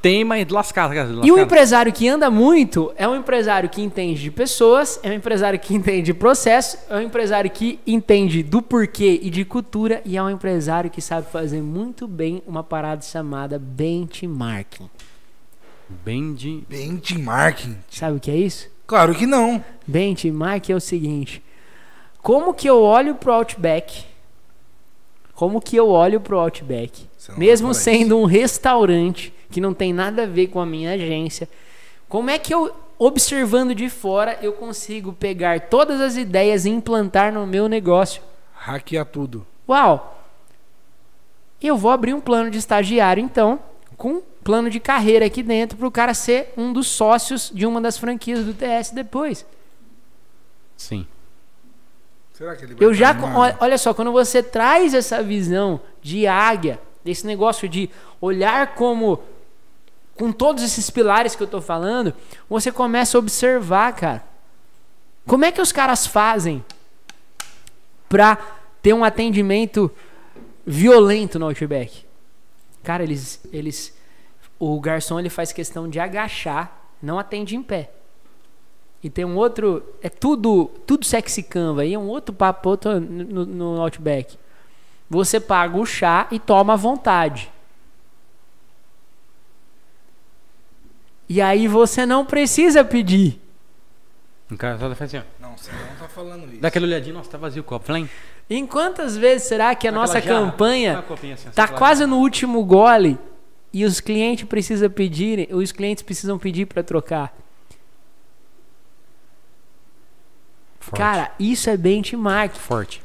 S3: Tem, mas lascado. lascado.
S1: E um empresário que anda muito é um empresário que entende de pessoas, é um empresário que entende de processo, é um empresário que entende do porquê e de cultura, e é um empresário que sabe fazer muito bem uma parada chamada benchmarking.
S3: Bem de...
S2: Benchmarking?
S1: Sabe o que é isso?
S2: Claro que não.
S1: Benchmark é o seguinte: como que eu olho pro Outback? Como que eu olho pro Outback?
S2: Você não
S1: Mesmo
S2: vai falar
S1: sendo um restaurante que não tem nada a ver com a minha agência, como é que eu observando de fora eu consigo pegar todas as ideias e implantar no meu negócio?
S2: Hackear tudo.
S1: Uau! Eu vou abrir um plano de estagiário, então, com um plano de carreira aqui dentro para o cara ser um dos sócios de uma das franquias do TS depois.
S3: Sim.
S2: Será que ele vai
S1: Eu já
S2: tomar?
S1: olha- olha só, quando você traz essa visão de águia, desse negócio de olhar como com todos esses pilares que eu tô falando, você começa a observar, cara. Como é que os caras fazem pra ter um atendimento violento no Outback? Cara, eles eles o garçom ele faz questão de agachar, não atende em pé. E tem um outro. É tudo tudo sexy canva. E é um outro papo outro no, no Outback. Você paga o chá e toma à vontade. E aí você não precisa pedir.
S3: O cara só faz assim, ó.
S2: Não, você não tá falando isso.
S3: Dá aquela olhadinha, nossa, tá vazio o copo. Flém.
S1: Em quantas vezes será que a nossa campanha tá
S3: está
S1: quase no último gole e os clientes precisam pedir, os clientes precisam pedir para trocar? Cara, isso é benchmark.
S3: Forte.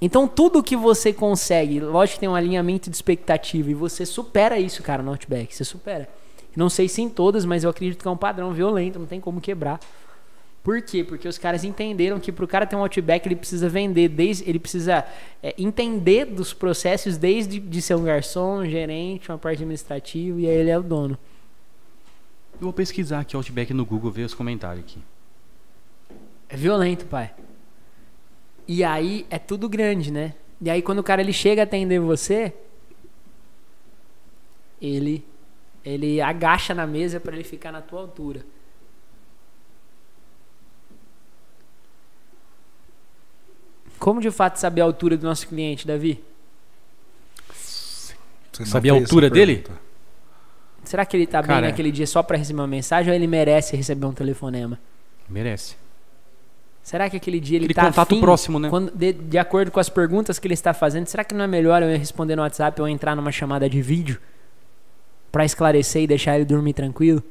S1: Então tudo que você consegue, lógico que tem um alinhamento de expectativa e você supera isso, cara, no Outback, você supera. Não sei se em todas, mas eu acredito que é um padrão violento, não tem como quebrar. Por quê? Porque os caras entenderam que pro cara ter um Outback, ele precisa vender desde, ele precisa é, entender dos processos desde de ser um garçom, um gerente, uma parte administrativa e aí ele é o dono.
S3: Eu vou pesquisar aqui Outback no Google, ver os comentários aqui.
S1: É violento, pai. E aí é tudo grande, né? E aí quando o cara ele chega a atender você, ele ele agacha na mesa pra ele ficar na tua altura. Como de fato saber a altura do nosso cliente, Davi?
S2: Você não
S3: Sabia a
S2: fez essa
S3: altura dele?
S2: pergunta.
S1: Será que ele tá
S3: Cara,
S1: bem
S3: é.
S1: naquele dia só pra receber uma mensagem ou ele merece receber um telefonema?
S3: Merece.
S1: Será que aquele dia ele
S3: Aquele
S1: tá
S3: contato
S1: afim?
S3: próximo, né?
S1: Quando- de, de acordo com as perguntas que ele está fazendo, será que não é melhor eu responder no WhatsApp ou entrar numa chamada de vídeo Pra esclarecer e deixar ele dormir tranquilo?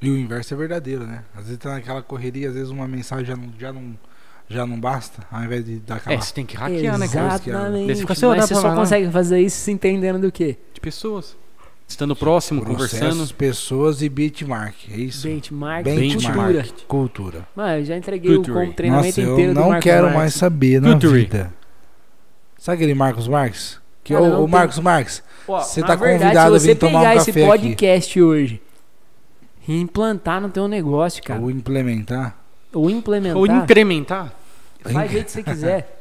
S2: E o inverso é verdadeiro, né? Às vezes tá naquela correria, às vezes uma mensagem já não, já não, já não basta, ao invés de dar aquela.
S3: É, você tem que hackear, né, cara?
S2: é
S1: Exatamente.
S3: Daí você fica
S1: Mas
S3: assim, ó, dá
S1: você
S3: pra
S1: só
S3: falar.
S1: consegue fazer isso se entendendo do quê?
S3: De pessoas. Estando próximo,
S2: Processos,
S3: conversando.
S2: pessoas e benchmark, é isso?
S1: Benchmark,
S2: Benchmark.
S1: cultura.
S2: Cultura.
S1: Mano, eu já entreguei o
S3: Culture.
S1: com- treinamento
S2: Nossa,
S1: inteiro
S2: eu
S1: do
S2: não
S1: Marcos
S2: quero
S1: Marques.
S2: mais saber na
S3: Culture.
S2: vida. Sabe aquele Marcos Marques? Que,
S1: Cara,
S2: ô,
S1: não
S2: ô,
S1: tem-
S2: Marcos Marques,
S1: Ó,
S2: Você
S1: na
S2: tá
S1: verdade,
S2: convidado a
S1: se você
S2: vir tomar um
S1: pegar esse
S2: café aqui.
S1: podcast hoje e implantar no teu negócio, cara,
S2: vou implementar.
S1: ou implementar,
S3: Ou incrementar.
S1: faz do jeito que você quiser.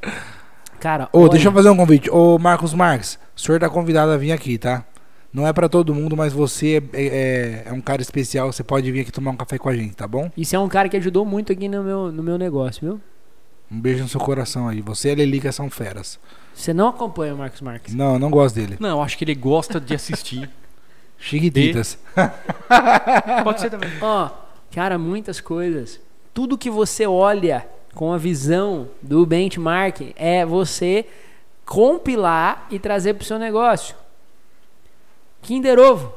S1: Cara,
S2: Ô,
S1: olha,
S2: deixa eu fazer um convite. Ô, Marcos Marques, o senhor tá convidado a vir aqui, tá? Não é pra todo mundo, mas você é, é- é um cara especial, você pode vir aqui tomar um café com a gente, tá bom?
S1: Isso é um cara que ajudou muito aqui no meu, no meu negócio, viu?
S2: Um beijo no seu coração aí. Você e a Lelica são feras.
S1: Você não acompanha o Marcos Marques.
S2: Não, eu não gosto dele.
S3: Não, eu acho que ele gosta de assistir.
S2: Chiquititas.
S3: Pode ser também.
S1: Ó, cara, muitas coisas. Tudo que você olha com a visão do benchmark é você compilar e trazer pro seu negócio. Kinder Ovo.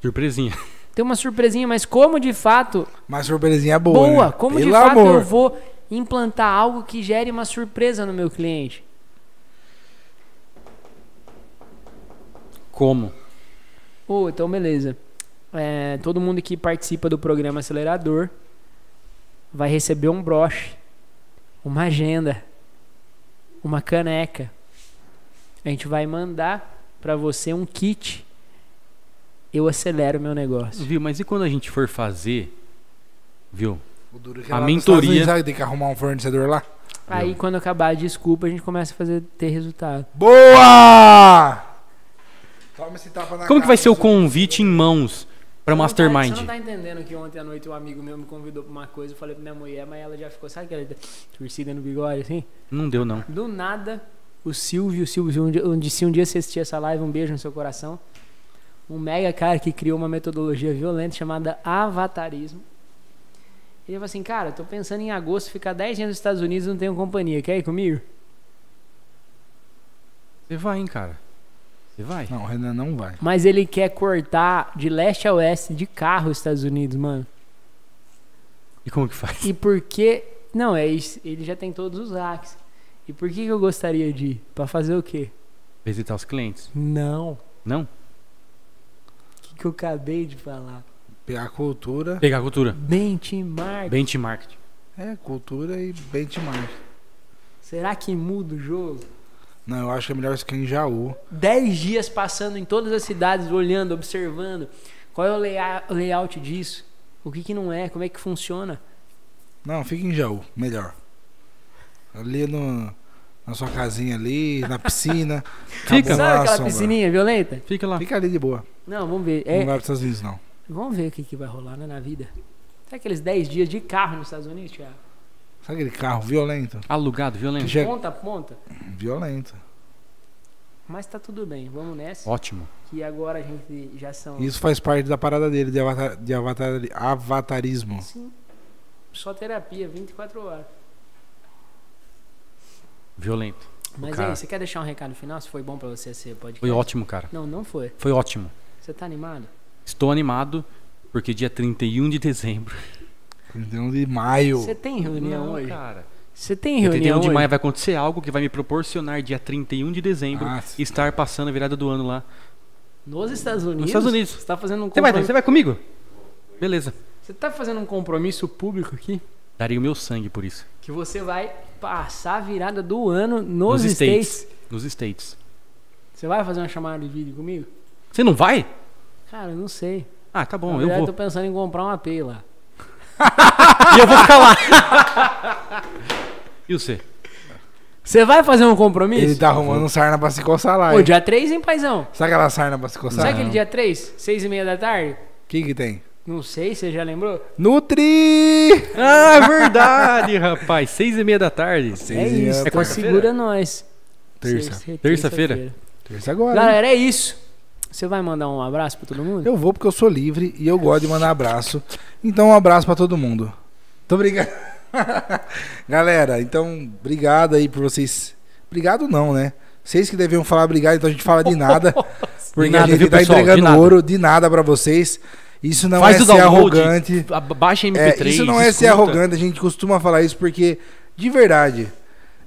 S3: Surpresinha.
S1: Tem uma surpresinha, mas como de fato.
S2: Mas surpresinha boa.
S1: Boa!
S2: né?
S1: Como de
S2: Pelo
S1: fato
S2: amor.
S1: eu vou implantar algo que gere uma surpresa no meu cliente?
S3: Como?
S1: Ô, então beleza. É, todo mundo que participa do programa Acelerador vai receber um broche, uma agenda, uma caneca. A gente vai mandar pra você um kit. Eu acelero meu negócio.
S3: Viu, mas e quando a gente for fazer, viu?
S2: O duro que
S3: A
S2: lá nos
S3: mentoria.
S2: é Estados Unidos, sabe, Tem que arrumar um fornecedor lá.
S1: Aí quando acabar a desculpa, a gente começa a fazer ter resultado.
S2: Boa! Toma esse tapa na
S3: Como que vai
S2: cara,
S3: ser o
S2: seu-
S3: convite em mãos pra
S1: Você não
S3: Mastermind?
S1: tá entendendo que ontem à noite um amigo meu me convidou pra uma coisa, eu falei pra minha mulher, mas ela já ficou, sabe aquela torcida no bigode assim?
S3: Não deu, não.
S1: Do nada, o Silvio, o Silvio, onde, onde se um dia você assistir essa live, um beijo no seu coração. Um mega cara que criou uma metodologia violenta chamada avatarismo. Ele falou assim, cara, eu tô pensando em agosto ficar 10 dias nos Estados Unidos e não tenho companhia. Quer ir comigo?
S3: Você vai, hein, cara. Você vai.
S2: Não, o Renan não vai.
S1: Mas ele quer cortar de leste a oeste de carro os Estados Unidos, mano.
S3: E como que faz?
S1: E por que. Não, é isso. Ele já tem todos os hacks. E por que, que eu gostaria de ir? Pra fazer o quê?
S3: Visitar os clientes?
S1: Não. O
S3: Não?
S1: que, que eu acabei de falar?
S2: Pegar cultura,
S3: Pegar a cultura.
S1: Benchmark.
S3: Benchmark.
S2: é, cultura e benchmark.
S1: Será que muda o jogo?
S2: Não, eu acho que é melhor ficar em Jaú.
S1: Dez dias passando em todas as cidades, olhando, observando. Qual é o layout, layout disso? O que, que não é? Como é que funciona?
S2: Não, fica em Jaú, melhor. Ali no, na sua casinha ali, na piscina.
S3: Fica.
S2: Acabou lá
S1: Sabe
S2: a
S1: aquela
S2: sombra.
S1: piscininha violenta?
S3: Fica lá.
S2: Fica ali de boa.
S1: Não, vamos ver.
S2: Não
S1: É,
S2: vai para Estados Unidos, não.
S1: vamos ver o que, que vai rolar né, na vida. Será aqueles 10 dias de carro nos Estados Unidos, Thiago?
S2: Sabe aquele carro violento?
S3: Alugado,
S2: Que
S3: violento.
S2: chega-
S1: Ponta a ponta?
S2: Violento.
S1: Mas tá tudo bem, vamos nessa.
S3: Ótimo.
S1: Que agora a gente já são.
S2: Isso faz parte da parada dele, de, avatar, de avatar, avatarismo.
S1: Sim. Só terapia, 24 horas.
S3: Violento.
S1: Mas
S3: cara-
S1: aí, você quer deixar um recado final? Se foi bom pra você ser podcast?
S3: Foi ótimo, cara.
S1: Não, não foi.
S3: Foi ótimo.
S1: Você tá animado?
S3: Estou animado porque dia 31 de dezembro.
S2: 31 de maio.
S1: Você tem reunião
S3: Não,
S1: hoje?
S3: cara.
S1: Você tem
S3: Dia 31
S1: reunião
S3: de
S1: hoje?
S3: maio vai acontecer algo que vai me proporcionar dia 31 de dezembro
S2: Ah, sim.
S3: estar passando a virada do ano lá.
S1: Nos Estados Unidos?
S3: Estados Unidos.
S1: Você tá fazendo um
S3: Você vai,
S1: compromisso...
S3: você vai comigo? Beleza.
S1: Você tá fazendo um compromisso público aqui?
S3: Darei o meu sangue por isso.
S1: Que você vai passar a virada do ano nos,
S3: Nos
S1: States.
S3: States. Nos States.
S1: Você vai fazer uma chamada de vídeo comigo?
S3: Você não vai?
S1: Cara, eu não sei.
S3: Ah, tá bom,
S1: Na
S3: eu
S1: verdade,
S3: vou.
S1: tô pensando em comprar um AP lá.
S3: E eu vou ficar lá. e você?
S1: Você vai fazer um compromisso?
S2: Ele tá arrumando sarna pra se coçar lá.
S1: Ô,
S2: hein?
S1: dia 3, hein, paizão?
S2: Sabe aquela sarna pra se coçar?
S1: Sabe aquele dia 3? 6 e meia da tarde?
S2: O que que tem?
S1: Não sei, você já lembrou?
S2: Nutri!
S3: Ah, é verdade, rapaz. Seis e meia da tarde.
S1: é
S2: Seis
S1: isso,
S2: e meia da
S1: então
S3: tarde.
S1: segura nós.
S2: Terça.
S1: Sexta-
S3: Terça-feira.
S2: Terça agora. hein?
S1: Galera, é isso. Você vai mandar um abraço pra todo mundo?
S2: Eu vou porque eu sou livre e eu gosto de mandar abraço. Então, um abraço pra todo mundo. Tô brincando. Galera, então, obrigado aí por vocês. Obrigado não, né? Vocês que deviam falar obrigado, então a gente fala de nada. Porque
S3: nada,
S2: a gente
S3: viu,
S2: tá
S3: pessoal? De
S2: entregando
S3: nada.
S2: ouro de nada pra vocês. Isso não é ser arrogante.
S3: a- Baixa MP3.
S2: É, isso não é ser
S3: escuta.
S2: arrogante, a gente costuma falar isso porque, de verdade,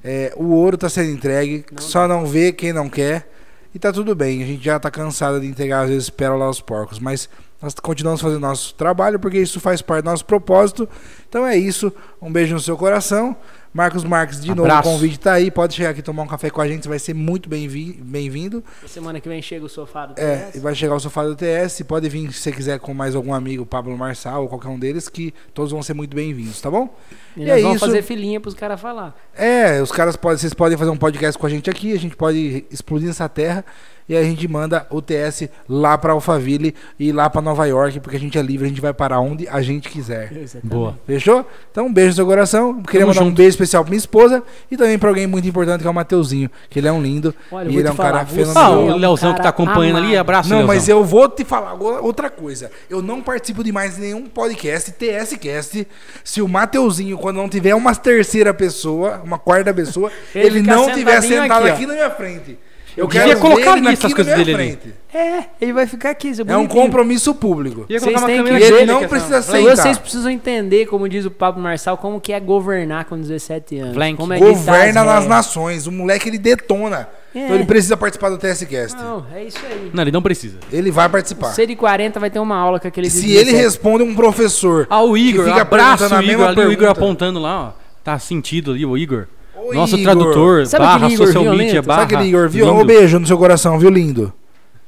S2: é, o ouro tá sendo entregue, só não vê quem não quer. E tá tudo bem, a gente já tá cansado de entregar, às vezes, pérola aos porcos, mas nós continuamos fazendo nosso trabalho porque isso faz parte do nosso propósito. Então é isso, um beijo no seu coração. Marcos Marques, de novo,
S3: Abraço.
S2: o convite tá aí, pode chegar aqui tomar um café com a gente, você vai ser muito bem-vi- bem-vindo.
S1: Semana que vem chega o sofá do
S2: É, e
S1: TS.
S2: vai chegar o sofá do TS. Pode vir se você quiser com mais algum amigo, Pablo Marçal ou qualquer um deles, que todos vão ser muito bem-vindos, tá bom?
S1: E
S2: e
S1: nós
S2: é
S1: vamos
S2: isso.
S1: fazer filhinha pros caras falar.
S2: É, os caras podem, vocês podem fazer um podcast com a gente aqui, a gente pode explodir essa terra e a gente manda o TS lá pra Alphaville e lá pra Nova York, porque a gente é livre, a gente vai para onde a gente quiser.
S3: Boa.
S2: Fechou? Então, um beijo no seu coração. Queria
S3: Tamo
S2: mandar um
S3: junto.
S2: beijo especial pra minha esposa e também pra alguém muito importante que é o Mateuzinho, que ele é um lindo
S1: Olha, eu
S2: e
S1: vou
S2: ele
S1: te
S2: é um
S1: falar,
S2: cara
S1: você-
S3: Ah,
S2: fenomenal.
S1: É
S3: o
S1: um
S3: Leozão que
S1: cara
S3: tá acompanhando ali,
S1: amado.
S3: abraço,
S2: Não,
S3: Leozão.
S2: mas eu vou te falar agora outra coisa. Eu não participo de mais nenhum podcast, TS Cast. Se o Mateuzinho, quando não tiver uma terceira pessoa, uma quarta pessoa,
S1: Ele
S2: ele
S1: fica
S2: não tiver
S1: sentadinho
S2: sentado
S1: aqui,
S2: aqui,
S1: ó.
S2: na minha frente.
S3: Eu devia colocar ali
S2: naquilo
S3: essas coisas dele ali.
S1: É, ele vai ficar aqui. Isso é,
S2: É um
S1: bonitinho.
S2: compromisso público.
S3: Eu ia
S1: Vocês
S3: colocar uma
S1: têm que
S3: câmera
S2: E ele
S3: dele é
S2: não
S3: aqui, ó.
S2: precisa
S1: Mas
S2: aceitar.
S1: Vocês precisam entender, como diz o Pablo Marçal, como que é governar com 17 anos.
S3: Flank.
S1: Como é ditar
S2: Governa
S1: as
S2: nas
S1: regras.
S2: nações. O moleque, ele detona.
S1: É.
S2: Então ele precisa participar do TS Cast.
S1: Não, é isso aí.
S3: Não, ele não precisa.
S2: Ele vai participar.
S1: Ser de 40 vai ter uma aula com aquele de
S2: Se ele
S1: 17.
S2: responde um professor...
S3: Ah, o Igor,
S2: fica
S3: abraço
S2: perguntando
S3: o
S2: a
S3: Igor,
S2: mesma
S3: ali o Igor
S2: pergunta.
S3: apontando lá, ó. Tá sentido ali o Igor.
S2: Ô,
S3: Nosso
S2: Igor.
S3: tradutor,
S1: Sabe
S3: barra
S1: aquele Igor
S3: social
S1: violento?
S3: media,
S1: Sabe
S3: barra...
S2: Sabe aquele Igor, viu?
S3: lindo.
S2: Um beijo no seu coração, viu, lindo?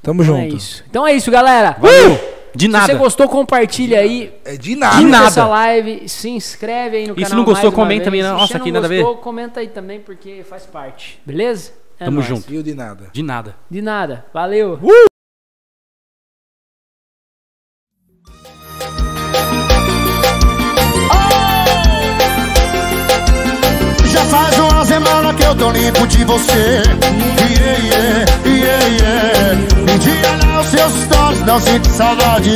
S2: Tamo
S1: Então É
S2: junto.
S1: isso. Então é isso, galera.
S3: Valeu. De
S1: Se você
S3: nada.
S1: gostou, compartilha aí.
S2: É de nada.
S3: De
S1: curta
S3: nada.
S1: Essa live, se inscreve aí no
S3: E
S1: canal.
S3: se não
S1: mais
S3: gostou,
S1: uma
S3: comenta
S1: vez.
S3: também, né?
S1: Se
S3: Nossa,
S1: você não
S3: aqui nada a ver.
S1: gostou, comenta aí também, porque faz parte. Beleza? É
S3: Tamo
S1: nóis.
S3: junto.
S2: E o de nada.
S3: De nada.
S1: De nada. Valeu.
S4: Já faz uma semana que eu tô limpo de você. Iê, iê, iê, iê. Um dia lá os seus stories, não sinto saudade.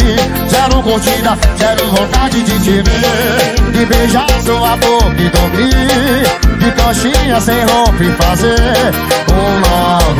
S4: Zero curtida, zero vontade de te ver. De beijar sua boca e dormir. De coxinha sem roupa e fazer um mal